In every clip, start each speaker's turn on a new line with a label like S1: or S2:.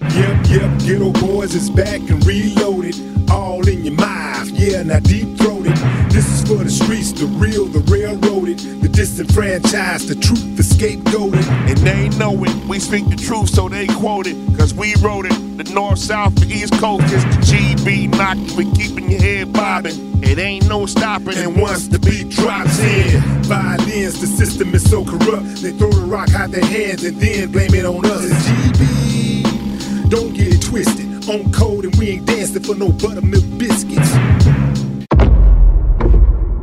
S1: Yep, yep, Ghetto Boys is back and reloaded. All in your mind, yeah, now deep throated. This is for the streets, the real, the railroaded, the disenfranchised, the truth, the scapegoated.
S2: And they know it. We speak the truth, so they quote it. Cause we wrote it. The north, south, the east coast is GB knocking. We keeping your head bobbing. It ain't no stopping.
S1: And once the beat drops in, violins, the system is so corrupt. They throw the rock out their hands and then blame it on us. It's GB, don't get it twisted. On code and we ain't dancing for no buttermilk biscuits.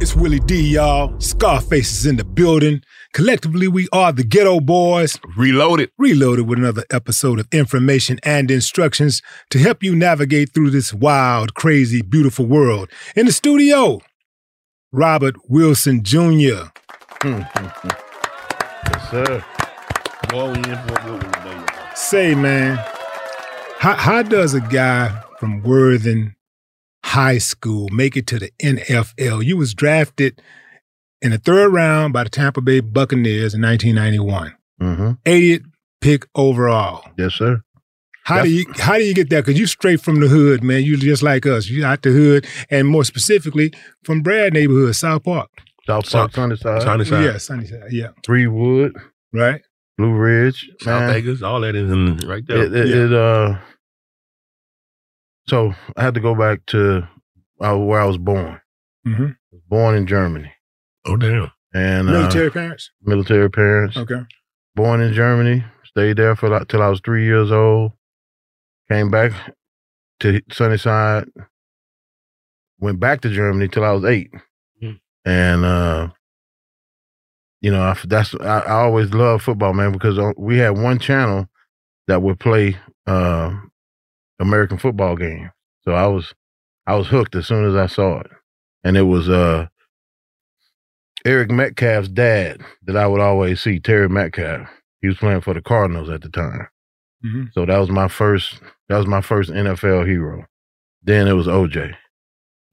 S1: It's Willie D, y'all. Scarface is in the building. Collectively, we are the Ghetto Boys.
S2: Reloaded.
S1: Reloaded with another episode of information and instructions to help you navigate through this wild, crazy, beautiful world. In the studio, Robert Wilson Jr.
S2: Yes, sir. Boy, we in for a good one today, y'all.
S1: Say, man, how, how does a guy from Worthing High School make it to the NFL? You was drafted in the third round by the Tampa Bay Buccaneers in 1991,
S2: Mm-hmm.
S1: 80th pick overall.
S2: Yes, sir.
S1: How do you how do you get that? Because you straight from the hood, man. You just like us. You out the hood, and more specifically from Brad neighborhood, South Park.
S2: South
S3: Park, Sunnyside.
S1: Sunnyside. Yeah, Sunnyside. Yeah,
S3: Three Wood,
S1: right.
S3: Blue Ridge,
S4: South
S3: man.
S4: Vegas, all that is in right there.
S3: It, it,
S1: Yeah.
S3: it, uh, so I had to go back to uh, where I was born.
S1: Mhm.
S3: Born in Germany,
S4: oh damn!
S3: and
S1: Military parents.
S3: uh, military parents.
S1: Okay.
S3: Born in Germany, stayed there for like, till I was three years old. Came back to Sunnyside. Went back to Germany till I was eight,
S4: Mm.
S3: and uh, you know I f that's I, I always loved football, man, because uh, we had one channel that would play uh, American football game. So I was I was hooked as soon as I saw it, and it was uh, Eric Metcalf's dad that I would always see, Terry Metcalf. He was playing for the Cardinals at the time.
S1: Mhm.
S3: So that was my first that was my first NFL hero. Then it was OJ.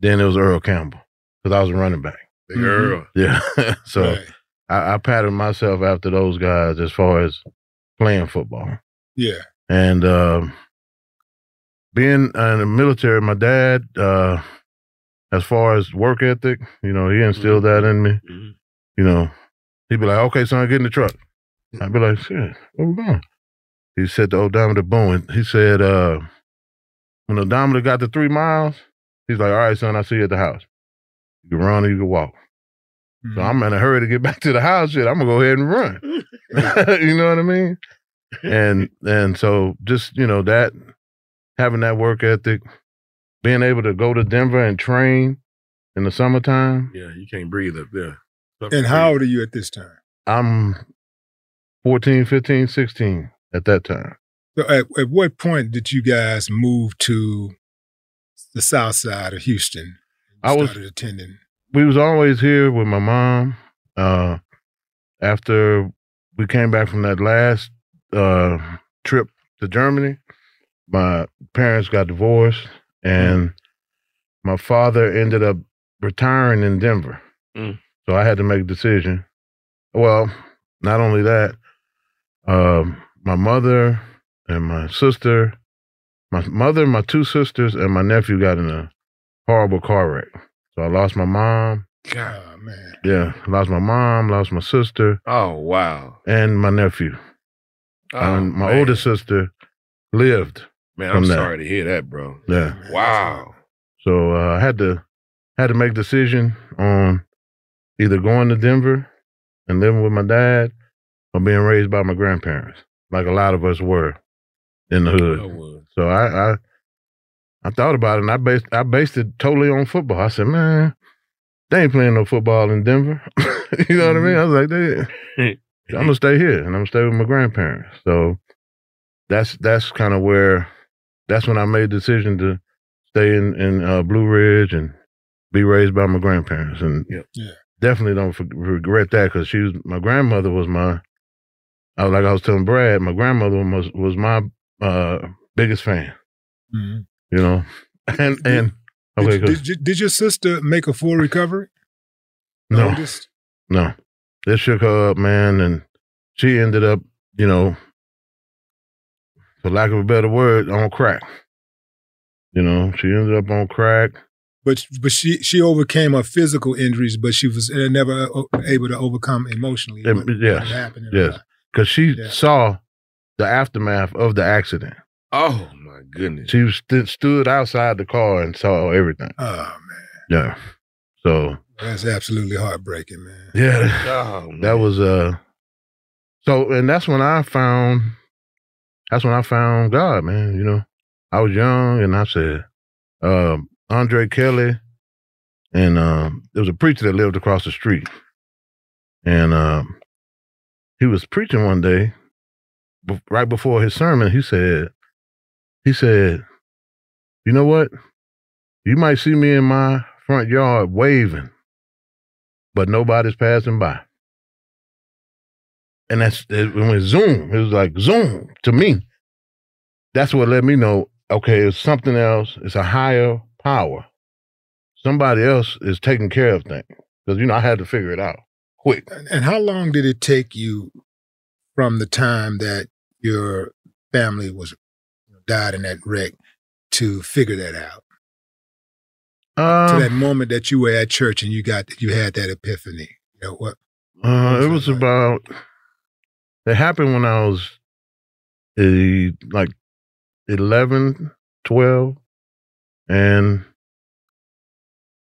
S3: Then it was Earl Campbell because I was a running back.
S4: Big
S1: Mhm.
S4: Earl.
S3: Yeah. so
S1: Right.
S3: I, I patterned myself after those guys as far as playing football
S1: Yeah.
S3: and um being in the military. My dad, uh, as far as work ethic, you know, he instilled that in me.
S4: Mhm.
S3: You know, he'd be like, "Okay, son, get in the truck." I'd be like, "Shit, where we going?" He said the odometer boom. He said, uh, "When the odometer got to three miles, he's like, all right, son, I see you at the house. You can run or you can walk.' So I'm in a hurry to get back to the house. Shit, I'm gonna go ahead and run. you know what I mean? And and so just you know that having that work ethic, being able to go to Denver and train in the summertime.
S4: Yeah, you can't breathe up there. Tough
S1: And
S4: to
S1: how
S4: breathe.
S1: old are you at this time?
S3: I'm 14, 15, 16 at that time.
S1: So at, at what point did you guys move to the South Side of Houston?
S3: I was-
S1: started attending.
S3: We was always here with my mom. Uh, after we came back from that last uh, trip to Germany. My parents got divorced, and my father ended up retiring in Denver.
S2: Mm.
S3: So I had to make a decision. Well, not only that, um, my mother and my sister, my mother, my two sisters, and my nephew got in a horrible car wreck. So I lost my mom.
S2: God, man.
S3: Yeah, lost my mom, lost my sister,
S2: Oh, wow.
S3: and my nephew.
S2: Oh,
S3: and my
S2: man.
S3: older sister lived.
S2: Man,
S3: from
S2: I'm
S3: that.
S2: sorry to hear that, bro.
S3: Yeah.
S2: Wow.
S3: So uh, I had to had to make a decision on either going to Denver and living with my dad or being raised by my grandparents, like a lot of us were in the hood.
S2: I would.
S3: So I, I I thought about it and I based I based it totally on football. I said, man, they ain't playing no football in Denver. you know what I mean? I was like, they,
S5: Mm-hmm.
S3: I'm gonna stay here and I'm gonna stay with my grandparents. So that's that's kind of where that's when I made the decision to stay in in uh, Blue Ridge and be raised by my grandparents and
S2: Yep.
S5: Yeah.
S3: definitely don't for- regret that because she was my grandmother was my I was like I was telling Brad my grandmother was was my uh, biggest fan
S5: Mhm.
S3: you know, and
S5: Yeah.
S3: and okay,
S5: did,
S3: good.
S5: did, you- did your sister make a full recovery?
S3: no,
S5: Just,
S3: no, this shook her up, man, and she ended up, you know, for lack of a better word, on crack. You know, she ended up on crack.
S5: but but she she overcame her physical injuries, but she was uh, never uh, able to overcome emotionally.
S3: Em-
S5: what- what
S3: yes,
S5: happened in her
S3: yes.
S5: life.
S3: because she
S5: Yeah.
S3: saw the aftermath of the accident.
S2: Oh, my goodness.
S3: She st- stood outside the car and saw everything.
S5: Oh man,
S3: Yeah, so
S5: that's absolutely heartbreaking, man.
S3: yeah,
S2: Oh, man.
S3: that was uh so and that's when i found that's when i found god man you know i was young and i said um andre kelly and um there was a preacher that lived across the street and um he was preaching one day b- right before his sermon he said he said you know what you might see me in my front yard waving but nobody's passing by and that's it went zoom. It was like zoom to me. That's what let me know. Okay, it's something else. It's a higher power. Somebody else is taking care of things because you know I had to figure it out quick.
S5: And- And how long did it take you from the time that your family was died in that wreck to figure that out? to that
S3: Um,
S5: moment that you were at church and you got you had that epiphany. You know, what
S3: uh, it
S5: What was
S3: was
S5: it like?
S3: about. It happened when I was, eh, like, 11, 12, and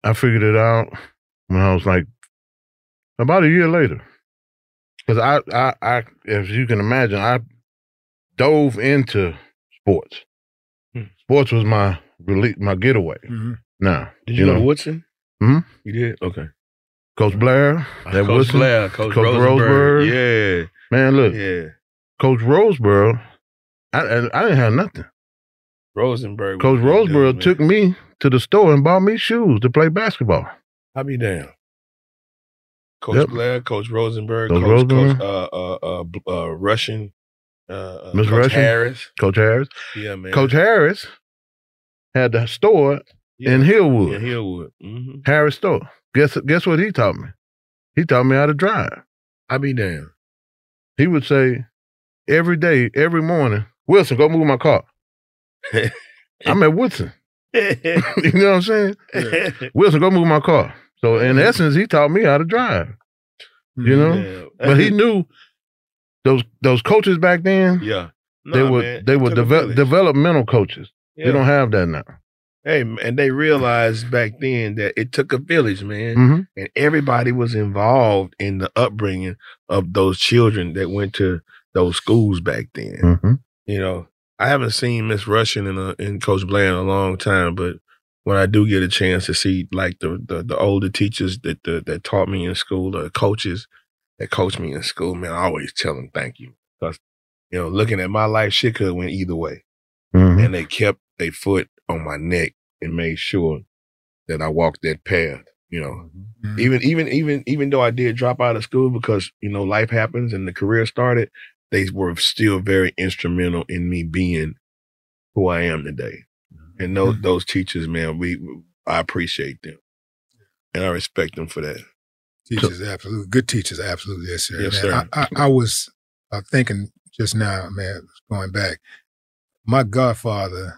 S3: I figured it out when I was like about a year later. Because I, I, I, if you can imagine, I dove into sports.
S2: Hmm. Mm-hmm.
S3: Sports was my release, my getaway.
S5: Mhm.
S3: Now,
S2: Did you go to
S3: know,
S2: Woodson?
S3: Hmm?
S2: You did? Okay.
S3: Coach Blair, that
S2: Oh, Coach
S3: Woodson,
S2: Blair, Coach,
S3: Coach
S2: Rosenberg.
S3: man,
S2: Yeah.
S3: look,
S2: Yeah.
S3: Coach Roseboro, I, I, I didn't have nothing.
S2: Rosenberg. was
S3: Coach
S2: the dude,
S3: Roseboro
S2: man.
S3: took me to the store and bought me shoes to play basketball.
S2: I'll be down. Coach
S3: Yep.
S2: Blair, Coach Rosenberg,
S3: Coach
S2: Coach, Coach,
S3: Rosenberg.
S2: uh, uh, uh, bl- uh, Russian, uh, uh,
S3: Miss
S2: Coach
S3: Russian?
S2: Harris.
S3: Coach Harris.
S2: Yeah, man.
S3: Coach Harris had the store
S2: yeah.
S3: in
S2: Yeah,
S3: Hillwood.
S2: Hillwood. Mm-hmm.
S3: Harris store. Guess guess what he taught me? He taught me how to drive.
S2: I'll be down.
S3: He would say every day, every morning, Wilson, go move my car. I'm at Woodson. you know what I'm saying? Wilson, go move my car. So in
S2: Mm-hmm.
S3: essence, he taught me how to drive. You know?
S2: Mm-hmm.
S3: But he knew those those coaches back then,
S2: yeah.
S3: they
S2: Nah,
S3: were
S2: man,
S3: they
S2: it
S3: were
S2: took a
S3: deve-
S2: village.
S3: developmental coaches.
S2: Yeah.
S3: They don't have that now.
S2: Hey, m- and they realized back then that it took a village, man,
S3: hmm
S2: and everybody was involved in the upbringing of those children that went to those schools back then.
S3: hmm
S2: You know, I haven't seen Miss Russian and uh, and Coach Blair in a long time, but when I do get a chance to see like the the, the older teachers that the, that taught me in school, the coaches that coached me in school, man, I always tell them thank you because you know, looking at my life, shit could have went either way
S3: hmm
S2: and they kept their foot on my neck and made sure that I walked that path. You know,
S3: Mm-hmm.
S2: even even even even though I did drop out of school because you know life happens and the career started, they were still very instrumental in me being who I am today.
S3: Mm-hmm.
S2: And those those teachers, man, we I appreciate them, and I respect them for that.
S1: Teachers, absolutely. Good teachers, absolutely. Yes, sir.
S2: Yes,
S1: man,
S2: sir.
S1: I, I, I was uh, thinking just now, man, going back. My godfather,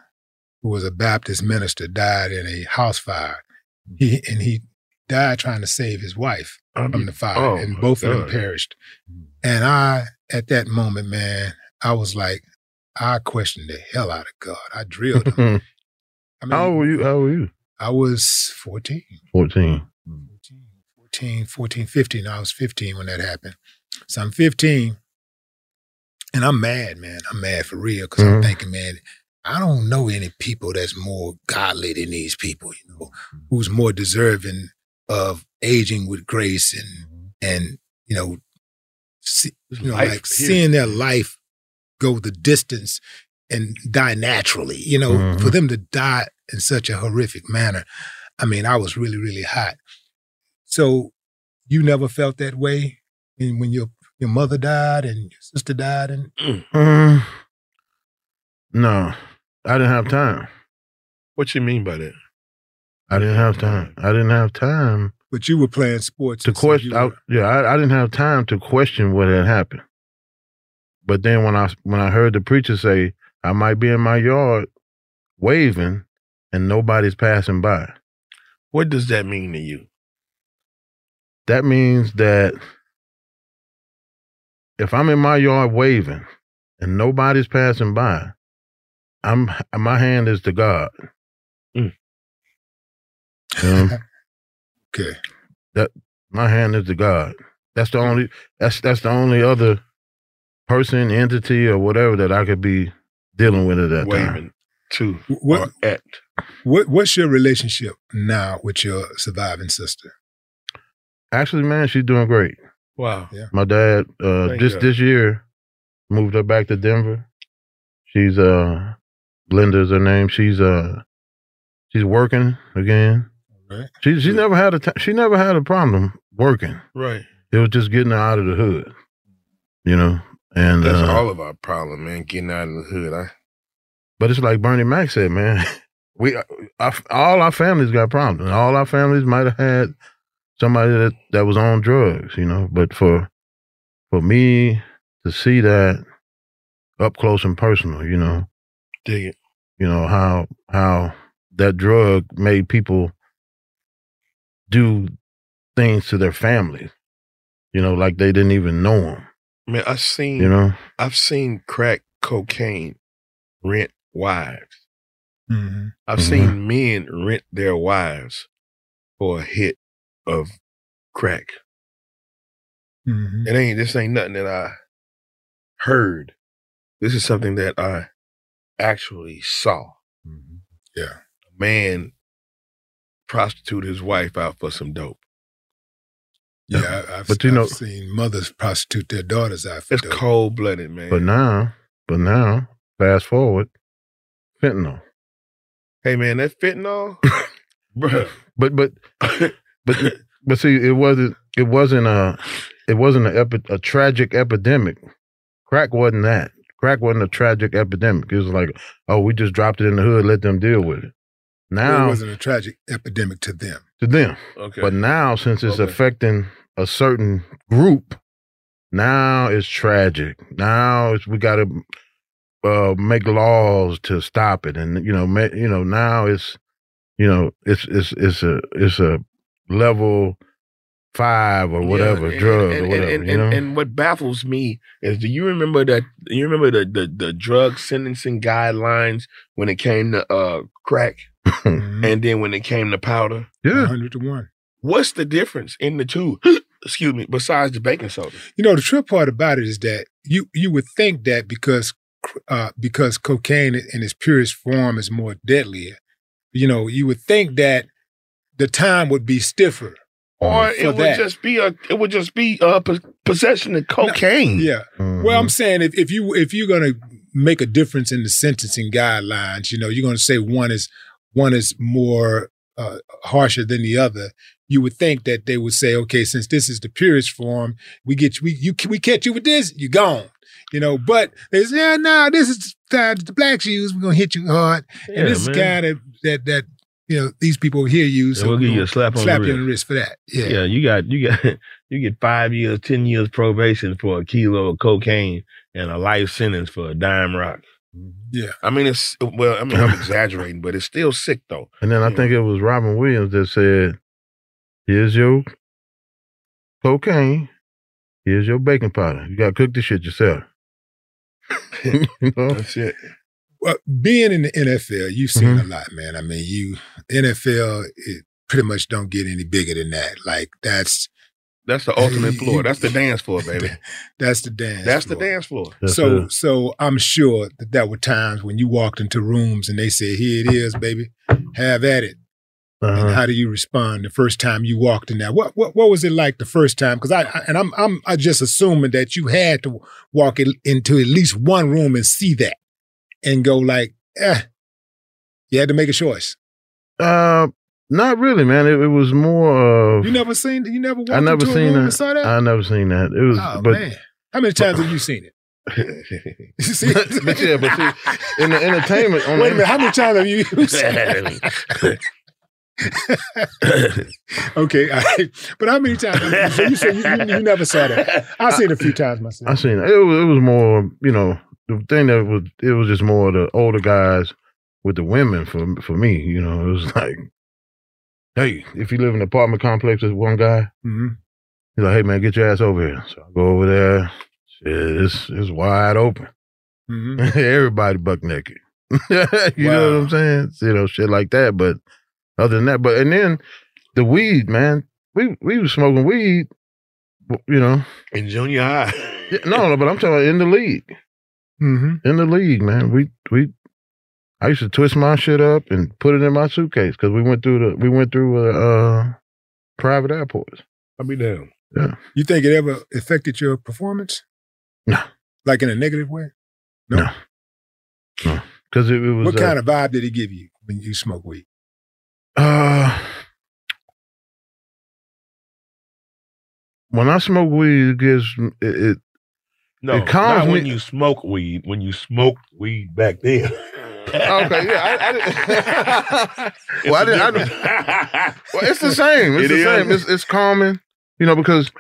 S1: who was a Baptist minister, died in a house fire. He and he died trying to save his wife from the fire,
S2: oh,
S1: and
S2: my
S1: both of them
S2: God.
S1: perished.
S3: Mm.
S1: And I, at that moment, man, I was like, I questioned the hell out of God. I drilled him. I mean,
S3: How old were you? How old were you?
S1: I was 14.
S3: 14.
S1: 14, 14, 15. I was 15 when that happened. So I'm 15 and I'm mad, man. I'm mad for real because I'm
S3: Mhm.
S1: thinking, man, I don't know any people that's more godly than these people, you know, who's more deserving of aging with grace and, and you know, see, you know
S2: Life
S1: like
S2: here.
S1: seeing their life go the distance and die naturally, you know,
S3: Mhm.
S2: Mm-hmm.
S1: for them to die in such a horrific manner. I mean, I was really, really hot. So you never felt that way when, when your your mother died and your sister died and
S3: Um, no, I didn't have time.
S2: What you mean by that?
S3: I didn't have time. I didn't have time
S1: but you were playing sports.
S3: to
S1: and so
S3: question.
S1: you
S3: I,
S1: were-
S3: yeah, I, I didn't have time to question what had happened. But then when I when I heard the preacher say, "I might be in my yard waving, and nobody's passing by,"
S2: What does that mean to you?
S3: that means that if I'm in my yard waving and nobody's passing by, I'm my hand is to God.
S2: Mm.
S3: Um,
S1: okay.
S3: my hand is to God. That's the only that's that's the only other person, entity, or whatever that I could be dealing with at that time.
S2: Waving to
S1: What
S2: Mm. or at
S1: what what's your relationship now with your surviving sister?
S3: Actually, man, she's doing great.
S2: wow.
S3: My dad uh
S2: Thank
S3: just
S2: God.
S3: this year moved her back to Denver. She's uh Linda's her name. She's uh she's working again.
S1: Alright.
S3: She she never had a t- she never had a problem working.
S2: Right.
S3: It was just getting her out of the hood. You know? And
S2: That's
S3: uh,
S2: all of our problem, man. Getting out of the hood. I,
S3: But it's like Bernie Mac said, man. We our, all our families got problems. All our families might have had somebody that, that was on drugs, you know. But for for me to see that up close and personal, you know,
S2: dig it.
S3: you know how how that drug made people do things to their families, you know, like they didn't even know them,
S2: Man, I seen
S3: you know.
S2: I've seen crack cocaine rent wives.
S1: Mm-hmm.
S2: I've
S3: Mhm.
S2: seen men rent their wives for a hit of crack.
S1: Mm-hmm.
S2: It ain't this ain't nothing that I heard. This is something that I actually saw.
S1: Mm-hmm. Yeah.
S2: A man prostitute his wife out for some dope.
S1: Yeah, I, I've,
S3: But you
S1: I've
S3: know-
S1: seen mothers prostitute their daughters out for
S2: It's
S1: dope.
S2: cold blooded, man.
S3: But now, but now, fast forward, fentanyl.
S2: hey man, that fentanyl, bruh.
S3: But but but but see, it wasn't it wasn't a it wasn't a, epi- a tragic epidemic. Crack wasn't that. Crack wasn't a tragic epidemic. It was like, oh, we just dropped it in the hood, let them deal with it.
S1: it
S3: Now
S1: wasn't a tragic epidemic to them.
S3: to them,
S2: okay.
S3: but now since it's
S2: Okay.
S3: affecting a certain group, now it's tragic. Now it's we got to uh, make laws to stop it, and you know, ma- you know, now it's you know, it's it's it's a it's a level five or
S2: Yeah,
S3: whatever
S2: and-
S3: drug
S2: and,
S3: or whatever.
S2: And, and,
S3: you know,
S2: and what baffles me is do you remember that you remember the the, the drug sentencing guidelines when it came to uh crack
S1: Mhm.
S2: and then when it came to powder?
S3: yeah,
S1: 100 to 1.
S2: What's the difference in the two? Excuse me, besides the baking soda.
S1: You know, the trip part about it is that you you would think that because uh, because cocaine in its purest form is more deadly, you know, you would think that the time would be stiffer.
S3: Oh.
S2: Or
S1: For
S2: it would
S1: that.
S2: just be a it would just be a pos- possession of cocaine.
S1: Yeah.
S2: Mm-hmm.
S1: Well, I'm saying if, if you if you're gonna make a difference in the sentencing guidelines, you know, you're gonna say one is one is more uh, harsher than the other, you would think that they would say, okay, since this is the purest form, we get you, we, you, we catch you with this, you gone. You know, but they say, yeah, no, this is the time that the blacks use. We're gonna hit you hard,
S2: Yeah,
S1: and this
S2: man.
S1: is kind of that that you know these people over here use.
S2: Yeah, we'll give you a slap on the
S1: you
S2: wrist.
S1: on the wrist for that.
S2: Yeah.
S1: Yeah,
S2: you got you got you get five years, ten years probation for a kilo of cocaine and a life sentence for a dime rock.
S1: Mm-hmm, Yeah.
S2: I mean it's well, I mean I'm exaggerating, but it's still sick though.
S3: And then I think it was Robin Williams that said, "Here's your cocaine. Here's your baking powder. You got to cook this shit yourself." you know?
S2: That's it.
S1: Well, being in the NFL, you've seen
S3: Mhm.
S1: a lot, man. I mean, you NFL it pretty much don't get any bigger than that. Like that's
S2: That's the ultimate floor. That's the dance floor, baby.
S1: that's the dance.
S2: That's the
S1: floor.
S2: dance floor.
S3: That's
S1: So,
S3: it.
S1: so I'm sure that there were times when you walked into rooms and they said, "Here it is, baby, have at it."
S3: Uh-huh.
S1: And how do you respond the first time you walked in there? What what, what was it like the first time? Because I, I and I'm I'm I just assuming that you had to walk in, into at least one room and see that, and go like, eh. You had to make a choice.
S3: Uh, not really, man. It, it was more of
S1: You never seen. You never walked
S3: I never
S1: into a
S3: seen
S1: room
S3: that.
S1: and saw that.
S3: I never seen that. It was,
S1: oh
S3: but
S1: man, how many times have you seen it? You see what I'm
S3: but yeah,
S1: saying?
S3: but see, in the entertainment, on
S1: Wait a
S3: the,
S1: minute, how many times have you? okay, all right. but how many times? You, you said you, you, you never saw that. I seen it a few times myself.
S3: I seen it. It was, it was more, you know, the thing that was, it was just more the older guys with the women for for me. You know, it was like, hey, if you live in an apartment complex with one guy,
S1: Mhm.
S3: he's like, hey man, get your ass over here. So I go over there. Shit, it's it's wide open.
S1: Mhm.
S3: Everybody buck naked. you know
S1: Wow.
S3: what I'm saying? You know, shit like that. But other than that, but and then the weed, man. We we was smoking weed. You know,
S2: In junior high.
S3: Yeah, no, no, but I'm talking in the league.
S1: Mhm.
S3: In the league, man. We we I used to twist my shit up and put it in my suitcase because we went through the we went through uh, uh private airports.
S2: I'll be down.
S1: You think it ever affected your performance?
S3: No.
S1: Like in a negative way? No.
S3: No. Cause it, it was
S1: What
S3: uh,
S1: kind of vibe did it give you when you smoke weed?
S3: Uh, when I smoke weed, it gives it, it
S2: No,
S3: It calms
S2: not when
S3: me-
S2: you smoke weed. When you smoked weed back then.
S3: Okay, yeah, I- I didn't- Well, I didn't- I didn't- Well, it's the same. It's
S2: It
S3: the
S2: is?
S3: same. It's, it's calming, you know, because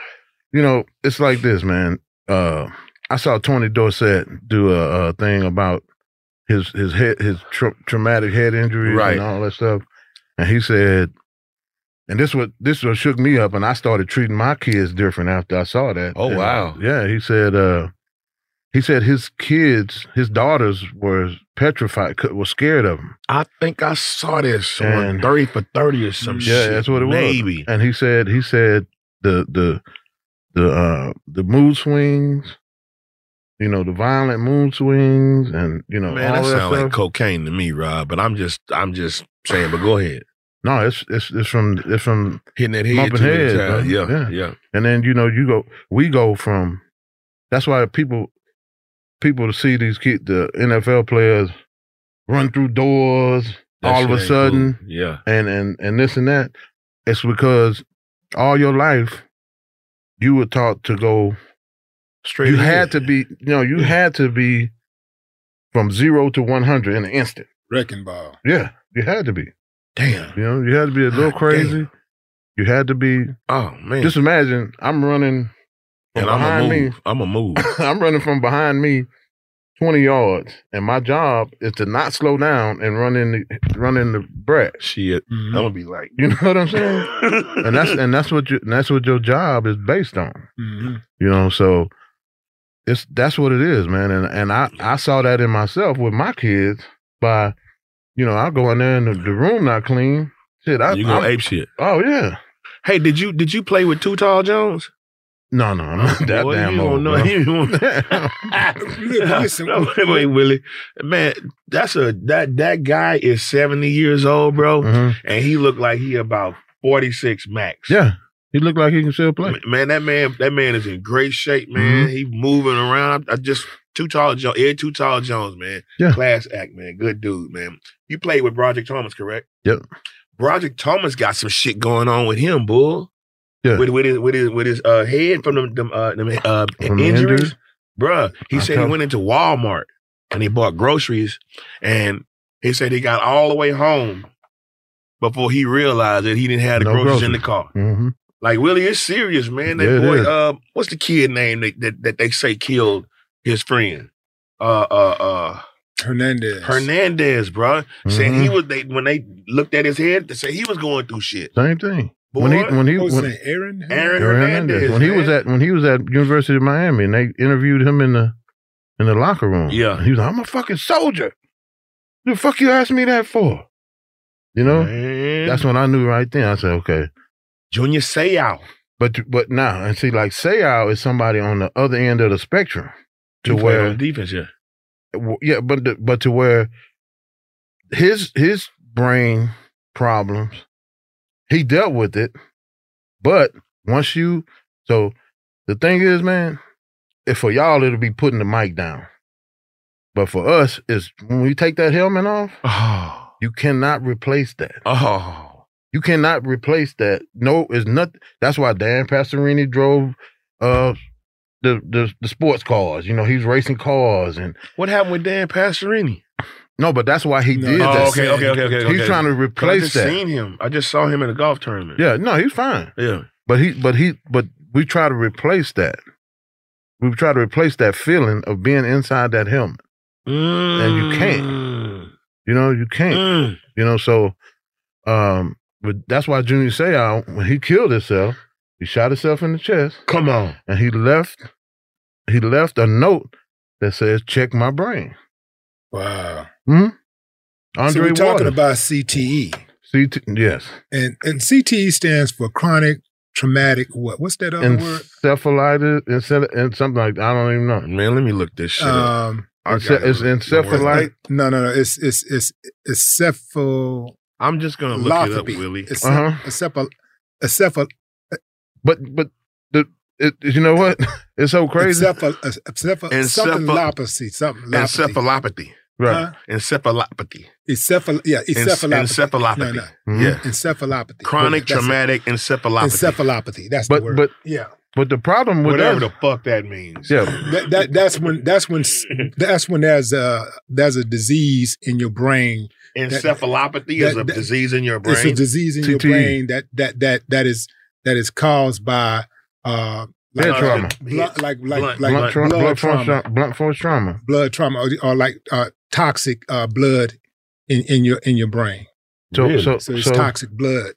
S3: you know it's like this, man. Uh, I saw Tony Dorsett do a, a thing about his his head his tra- traumatic head injury
S2: Right.
S3: and all that stuff, and he said, and this what this what shook me up, and I started treating my kids different after I saw that.
S2: Oh,
S3: And,
S2: wow.
S3: uh, yeah, he said. uh he said his kids, his daughters, were petrified, c- were scared of him.
S2: I think I saw this on
S3: And-
S2: 30 for 30 or some shit.
S3: Yeah, that's what it was.
S2: Maybe.
S3: And he said he said the the the uh the mood swings, you know, the violent mood swings and you know,
S2: Man,
S3: all
S2: that
S3: that,
S2: sounds like
S3: stuff.
S2: cocaine to me, Rob. But I'm just I'm just saying, but go ahead.
S3: no, it's it's it's from it's from
S2: Hitting that head.
S3: Bumping
S2: too many
S3: heads,
S2: times.
S3: bro.
S2: yeah,
S3: Yeah.
S2: yeah. yeah.
S3: and then you know, you go we go from that's why people people to see these kid the NFL players run through doors
S2: That
S3: all
S2: shit
S3: of a
S2: ain't
S3: sudden.
S2: cool. Yeah.
S3: and and and this and that it's because all your life you were taught to go
S2: Straight
S3: you had
S2: ahead.
S3: to be you know you had to be from 0 to 100 in an instant
S1: Wrecking ball.
S3: yeah you had to be
S2: Damn.
S3: you know you had to be a little
S2: God
S3: crazy
S2: damn.
S3: you had to be
S2: Oh man.
S3: just imagine i'm running from
S2: and I'm a
S3: behind
S2: move.
S3: me
S2: I'm a move.
S3: i'm running from behind me 20 yards and my job is to not slow down and run in the run in the brush
S2: shit. I'm
S1: Mhm.
S2: gonna be like
S3: you know what i'm saying and that's and that's what you and that's what your job is based on.
S1: Mhm.
S3: You know, so it's that's what it is, man. And and I I saw that in myself with my kids by, you know, I'll go in there and the, the room not clean. Shit, I,
S2: you gonna
S3: I'm-
S2: ape shit.
S3: oh yeah,
S2: Hey, did you did you play with Two Tall Jones?
S3: no no, I'm not that
S2: Boy,
S3: damn
S2: you
S3: old.
S2: don't know.
S3: bro.
S2: You don't-
S1: listen.
S2: wait, wait, Willie, man, that's a that that guy is seventy years old, bro,
S3: Mhm.
S2: and he looked like he about forty six max.
S3: Yeah, he looked like he can still play.
S2: M- man, that man, that man is in great shape,
S3: Mm-hmm.
S2: man. He moving around. I just too tall, Jones. Ed, too tall, Jones, man.
S3: Yeah.
S2: Class act, man. Good dude, man. You played with Roger Thomas, correct?
S3: Yep.
S2: Broderick Thomas got some shit going on with him, bull.
S3: Yeah.
S2: With with his with his with his uh, head from them, them uh, them uh,
S3: From the
S2: injuries,
S3: injuries?
S2: bruh. He
S3: I
S2: said he
S3: told-
S2: went into Walmart and he bought groceries, and he said he got all the way home before he realized that he didn't have the
S3: No
S2: groceries, in the
S3: groceries.
S2: car.
S3: hmm
S2: Like Willie, it's serious, man. That
S3: Yeah, it
S2: boy,
S3: is.
S2: uh, what's the kid name that, that that they say killed his friend? Uh, uh, uh.
S1: Hernandez.
S2: Hernandez, bro, said he
S3: Mhm.
S2: was they when they looked at his head, they said he was going through shit.
S3: Same thing.
S2: Boy,
S3: when he when he
S1: What was
S3: when,
S1: his name? Aaron.
S2: Oh, Aaron
S3: Aaron
S2: Hernandez,
S3: Hernandez, when he was
S2: man.
S3: at when he was at University of Miami and they interviewed him in the in the locker room.
S2: Yeah.
S3: And he was like, I'm a fucking soldier. The fuck you asked me that for? You know?
S2: Man.
S3: That's when I knew right then. I said, okay.
S2: Junior Seau.
S3: But but now and see like Seau is somebody on the other end of the spectrum to
S2: He played
S3: where
S2: on defense, yeah.
S3: w- yeah, but the, but to where his his brain problems, he dealt with it. But once you, so the thing is, man, if for y'all it'll be putting the mic down, but for us is when we take that helmet off,
S2: Oh,
S3: you cannot replace that.
S2: oh,
S3: You cannot replace that. No, it's not. That's why Dan Passerini drove uh the the, the sports cars. You know, he's racing cars and.
S2: what happened with Dan Pastorini?
S3: No, but that's why he
S1: No,
S3: did
S1: no,
S3: that.
S2: Oh, okay, okay, okay, okay.
S3: He's
S2: okay.
S3: trying to
S2: I
S3: replace
S2: just
S3: that.
S2: seen him. I just saw him in a golf tournament.
S3: Yeah, no, he's fine.
S2: yeah.
S3: But he, but he, but we try to replace that. We try to replace that feeling of being inside that helmet.
S2: Mm.
S3: you
S2: can't.
S3: You know, you can't.
S2: Mm.
S3: You know, so, um, but that's why Junior Seau, when he killed himself, he shot himself in the chest,
S2: Come on.
S3: and he left, he left a note that says, "Check my brain." Mm-hmm.
S1: Wow. so
S3: Andre
S1: we're talking
S3: Waters.
S1: about CTE,
S3: CT, yes,
S1: and and CTE stands for chronic traumatic. What? What's that other word?
S3: encephalitis, encel- and something like I don't even know.
S2: Man, let me look this shit up.
S1: Um,
S2: I
S3: It's-
S2: gotta
S3: it's
S2: look.
S3: encephalitis.
S1: no, no, no. It's it's it's it's cephal.
S2: I'm just going to look it up, Willie.
S1: Lopathy. It's
S3: Uh-huh.
S1: cephal. Cephal.
S3: But but the it, you know what? It's so crazy.
S1: Cephal. Cephal. Something
S2: Encephal-
S1: lopathy. Something lopathy.
S2: Encephalopathy.
S3: right.
S1: Huh?
S2: Encephalopathy.
S1: Encephal. Yeah.
S2: En-
S1: Encephalopathy.
S2: Encephalopathy.
S1: No, no.
S3: Mhm.
S2: Yeah.
S1: Encephalopathy.
S2: Chronic
S1: That's it.
S2: traumatic encephalopathy.
S1: Encephalopathy. That's
S3: But-
S1: the word.
S3: but-
S1: yeah.
S3: But the problem with
S2: Whatever
S3: that,
S2: the fuck that means.
S3: yeah,
S1: that, that that's when that's when s- that's when there's a there's a disease in your brain.
S2: Encephalopathy
S1: that-
S2: is a
S1: that-
S2: disease in your brain.
S1: It's a disease in your
S2: E.
S3: TTE.
S1: brain that that that that is that is caused by uh like
S3: Head trauma.
S1: blood, like like
S2: Blunt-
S1: like
S3: blunt, tra-
S1: blood,
S3: blood,
S1: trauma,
S3: force tra- blunt force trauma.
S1: blood trauma, or, or like uh, toxic uh, blood in, in your in your brain.
S3: So
S2: Really?
S3: so
S1: So
S3: so,
S1: it's toxic blood.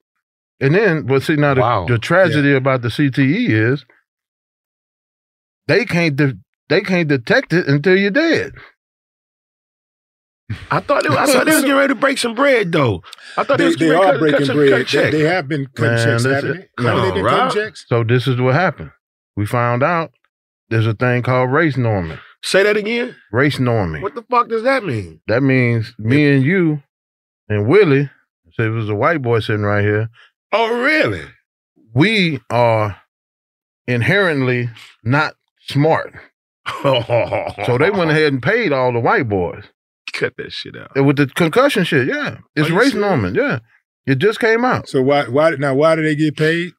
S3: and then but see now the,
S2: Wow.
S3: the tragedy about the CTE is they can't de- they can't detect it until you're dead.
S2: I thought they, I thought they was getting ready to break some bread though. I thought they,
S1: They,
S2: was
S1: they
S2: getting ready
S1: are
S2: to cut,
S1: breaking
S2: cut some- cut
S1: bread. They,
S2: check.
S1: they have been cutting
S3: Man,
S1: checks,
S3: that's
S1: haven't
S3: it.
S1: they? Haven't
S2: No,
S1: they been
S2: right?
S1: cutting checks?
S3: So this is what happened. We found out there's a thing called race norming.
S2: Say that again.
S3: Race norming.
S2: What the fuck does that mean?
S3: That means me and you and Willie. So it was a white boy sitting right here.
S2: Oh really?
S3: We are inherently not smart.
S2: Oh.
S3: So they went ahead and paid all the white boys.
S2: cut that shit out.
S3: And with the concussion shit, yeah. It's
S2: Are you
S3: race
S2: serious?
S3: norming, yeah. It just came out.
S1: So why why now why do they get paid?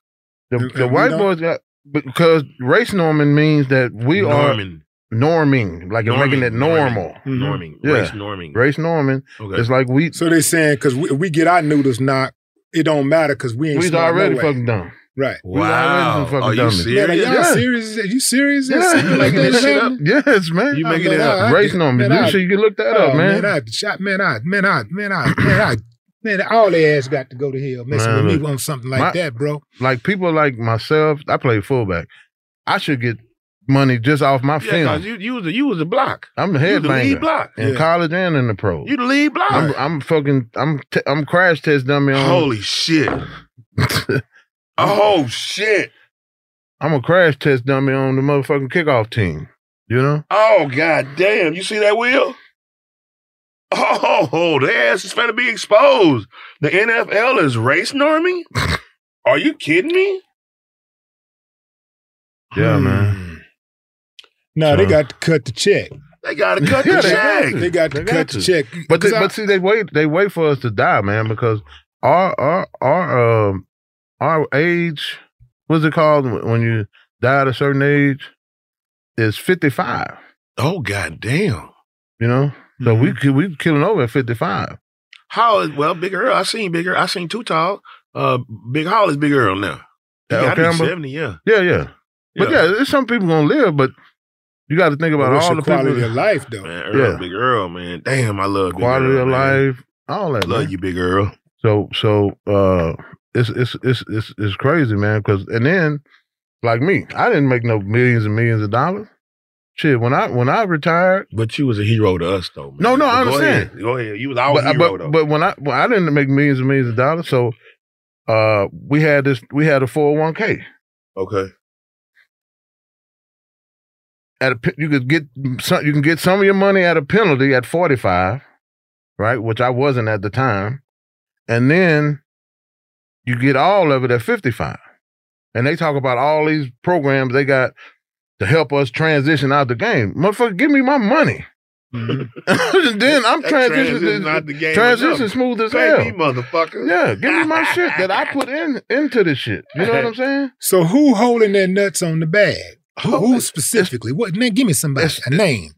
S3: The,
S1: And-
S3: the
S1: and we
S3: white
S1: don't-
S3: boys got because race norming means that we
S2: norming.
S3: are norming, like it's making it normal.
S1: Mhm.
S2: Norming.
S3: Yeah.
S2: Race norming.
S3: Race norming
S2: Okay.
S3: It's like we
S1: So they saying because we, we get our noodles knocked, it don't matter because we ain't
S3: we's
S1: smart no
S3: already
S1: way.
S3: fucking dumb.
S1: right.
S3: we already
S2: Wow.
S3: some fucking
S2: Are you
S3: dummies.
S1: Yeah,
S2: serious?
S1: like, y'all
S3: Yeah.
S1: serious? Are you serious?
S3: Yeah,
S1: Something like
S2: making
S1: that
S2: this shit
S1: happening?
S3: Yes, man.
S2: You
S1: Oh,
S2: making
S1: man,
S2: it up.
S1: I-
S3: race norming.
S1: man, I-
S3: You sure you can look that
S1: oh,
S3: up, man.
S1: I shot, man, I, man, I, man, I, man, I, man, all their ass got to go to hell messing
S3: Man,
S1: with me
S3: look.
S1: on something like
S3: My-
S1: that, bro.
S3: like people like myself, I play fullback. I should get money just off my
S2: Yeah,
S3: film.
S2: cause you you was a, you was a block.
S3: I'm a
S2: You the lead
S3: headbanger
S2: block.
S3: in
S1: Yeah.
S3: college and in the pro.
S2: You the lead block.
S3: I'm, I'm fucking. I'm t- I'm crash test dummy on.
S2: Holy shit. Oh shit.
S3: I'm a crash test dummy on the motherfucking kickoff team. You know,
S2: Oh god damn. You see that wheel? Oh, their ass is gonna be exposed. The NFL is race norming? Are you kidding me?
S3: Yeah,
S2: Hmm.
S3: man.
S1: No, they
S3: So-
S1: got to cut the check.
S2: They gotta cut the
S3: Yeah, they got
S2: check.
S3: to.
S1: They got
S3: They
S1: to
S3: got
S1: cut
S3: to.
S1: the check.
S3: but they,
S1: 'Cause I-
S3: but see, they wait. They wait for us to die, man, because our our our um our age, what's it called when when you die at a certain age, is fifty five.
S2: Oh Mm-hmm. god damn.
S3: You know, so we ki- we killing over at fifty five.
S2: How is well Big Earl? I seen Big Earl. I seen Too Tall. Uh, Big Hall is Big Earl now. He
S3: Yeah,
S2: got to be
S3: okay, I'm a-
S2: seventy. Yeah.
S3: Yeah, yeah. But yeah, there's some people gonna live, but you got to think about
S1: What's
S3: all
S1: your
S3: the
S1: quality
S3: people.
S1: of life though?
S2: man, Earl,
S3: Yeah.
S2: Big Earl, man. Damn, I love Big
S3: quality
S2: Earl,
S3: of
S2: man.
S3: life, all that.
S2: Love
S3: man.
S2: you, Big Earl.
S3: So so uh, it's it's it's it's it's crazy, man. Because and then like me, I didn't make no millions and millions of dollars. Shit, when I when I retired,
S2: But you was a hero to us, though. Man.
S3: No, no, I
S2: Go
S3: understand.
S2: Ahead. Go ahead. You was our
S3: but, uh,
S2: hero,
S3: but,
S2: though.
S3: but when I when I didn't make millions and millions of dollars, so uh, we had this we had a four hundred one k.
S2: okay.
S3: at a, pe- you could get some, you can get some of your money at a penalty at 45 right which i wasn't at the time and then you get all of it at 55 and they talk about all these programs they got to help us transition out the game motherfucker give me my money then i'm
S2: Mm-hmm. That
S3: transitioning
S2: out the game.
S3: transition
S2: enough.
S3: smooth as
S2: Pay me,
S3: hell
S2: motherfucker.
S3: yeah give me my shit that i put in into this shit you know what i'm saying
S1: So who holding their nuts on the bag? Who,
S3: Holding-
S1: who specifically? What name? Give me somebody
S3: it's-
S1: a name.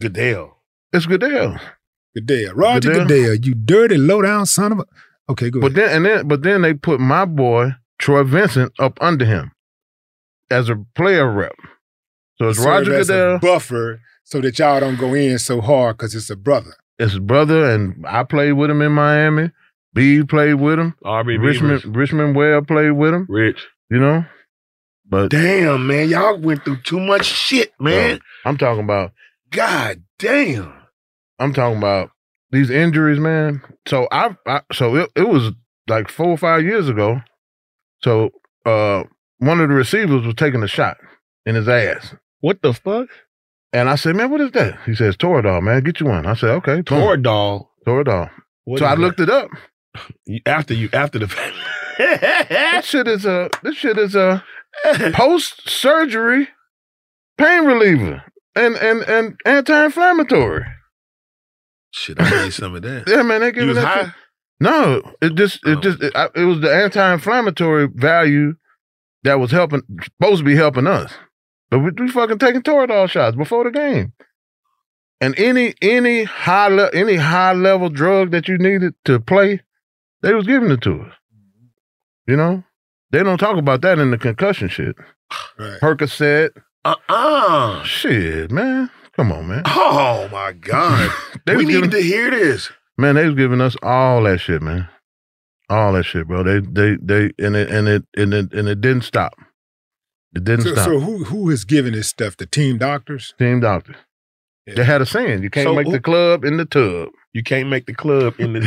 S2: Goodell.
S3: it's goodell
S1: Goodell, Roger
S3: Goodell?
S1: Goodell, you dirty low down son of a. Okay, go
S3: But
S1: ahead.
S3: then and then but then they put my boy Troy Vincent up under him as a player rep. So it's
S1: Serve
S3: Roger
S1: as a
S3: Goodell,
S1: buffer so that y'all don't go in so hard because it's a brother.
S3: it's his brother, and I played with him in Miami. B played with him.
S2: RB
S3: Richmond Richmond Webb played with him.
S2: Rich.
S3: You know, but
S2: Damn, man. Y'all went through too much shit, man.
S3: I'm talking about
S2: God damn.
S3: I'm talking about these injuries, man. So I, I so it, it was like four or five years ago. So uh one of the receivers was taking a shot in his ass.
S2: What the fuck?
S3: And I said, man, what is that? He says, Toradol, man, get you one. I said, okay, boom,
S2: Toradol.
S3: Toradol.
S2: What
S3: so
S2: is
S3: I
S2: that?
S3: looked it up.
S2: after you after the fact.
S3: This shit is a this shit is a post surgery pain reliever and and and anti inflammatory.
S2: shit, I need some of that.
S3: Yeah, man, they
S2: You
S3: give
S2: was
S3: that. shit-
S2: high.
S3: No, it just it
S2: Oh.
S3: just it, I, it was the anti inflammatory value that was helping supposed to be helping us, but we, we fucking taking Toradol shots before the game. And any any high le- any high level drug that you needed to play, they was giving it to us. You know, they don't talk about that in the concussion shit.
S1: Right.
S3: Percocet,
S2: Uh uh
S3: shit, man, come on, man.
S2: Oh my God.
S3: They
S2: we
S3: was giving-
S2: needed to hear this.
S3: Man, they was giving us all that shit, man. All that shit, bro. They they they and it and it and it and it didn't stop. It didn't
S1: So,
S3: stop.
S1: so who who is giving this stuff? The team doctors?
S3: Team doctor.
S1: Yeah.
S3: They had a saying, you can't
S2: So
S3: make
S2: who-
S3: the club in the tub.
S2: You can't make the club in
S1: Uh,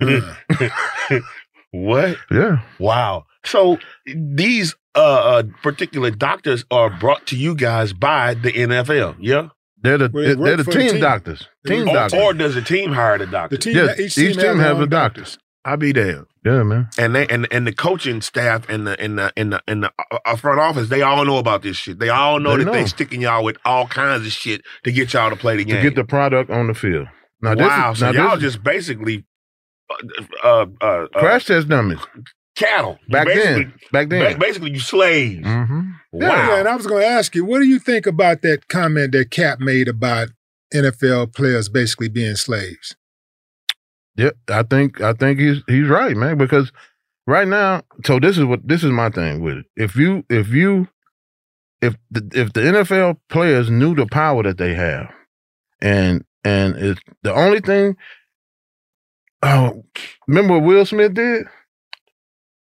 S2: the What?
S3: Yeah.
S2: Wow. So these uh, uh particular doctors are brought to you guys by the NFL, yeah?
S3: They're the
S1: Well, it
S3: they're
S1: worked
S3: the
S1: for the
S3: team,
S1: team.
S3: doctors.
S1: It
S3: Team
S1: worked
S2: Or,
S3: doctor.
S2: or does the team hire the
S1: the
S2: doctor?
S1: team,
S3: Yeah,
S1: each team,
S3: each team have
S1: has their
S3: a
S1: own
S3: doctor.
S2: I be damned.
S3: Yeah, man.
S2: And they and and the coaching staff and the and the and the and the uh, uh, front office, they all know about this shit. They all know
S3: They know.
S2: that they sticking y'all with all kinds of shit to get y'all to play the game.
S3: To get the product on the field. Now this
S2: wow,
S3: is,
S2: so
S3: now this
S2: y'all
S3: is
S2: just basically uh, uh, uh,
S3: crash test dummies.
S2: cattle You
S3: Back
S2: basically,
S3: then. Back
S2: ba-
S3: then.
S2: basically, you slaves.
S3: mm-hmm.
S1: Yeah,
S2: Wow.
S1: and I was going to ask you, what do you think about that comment that Cap made about NFL players basically being slaves?
S3: Yeah, I think I think he's he's right, man. Because right now, so this is what this is my thing with it. If you if you if the if the NFL players knew the power that they have, and and it's the only thing. Oh, remember what Will Smith did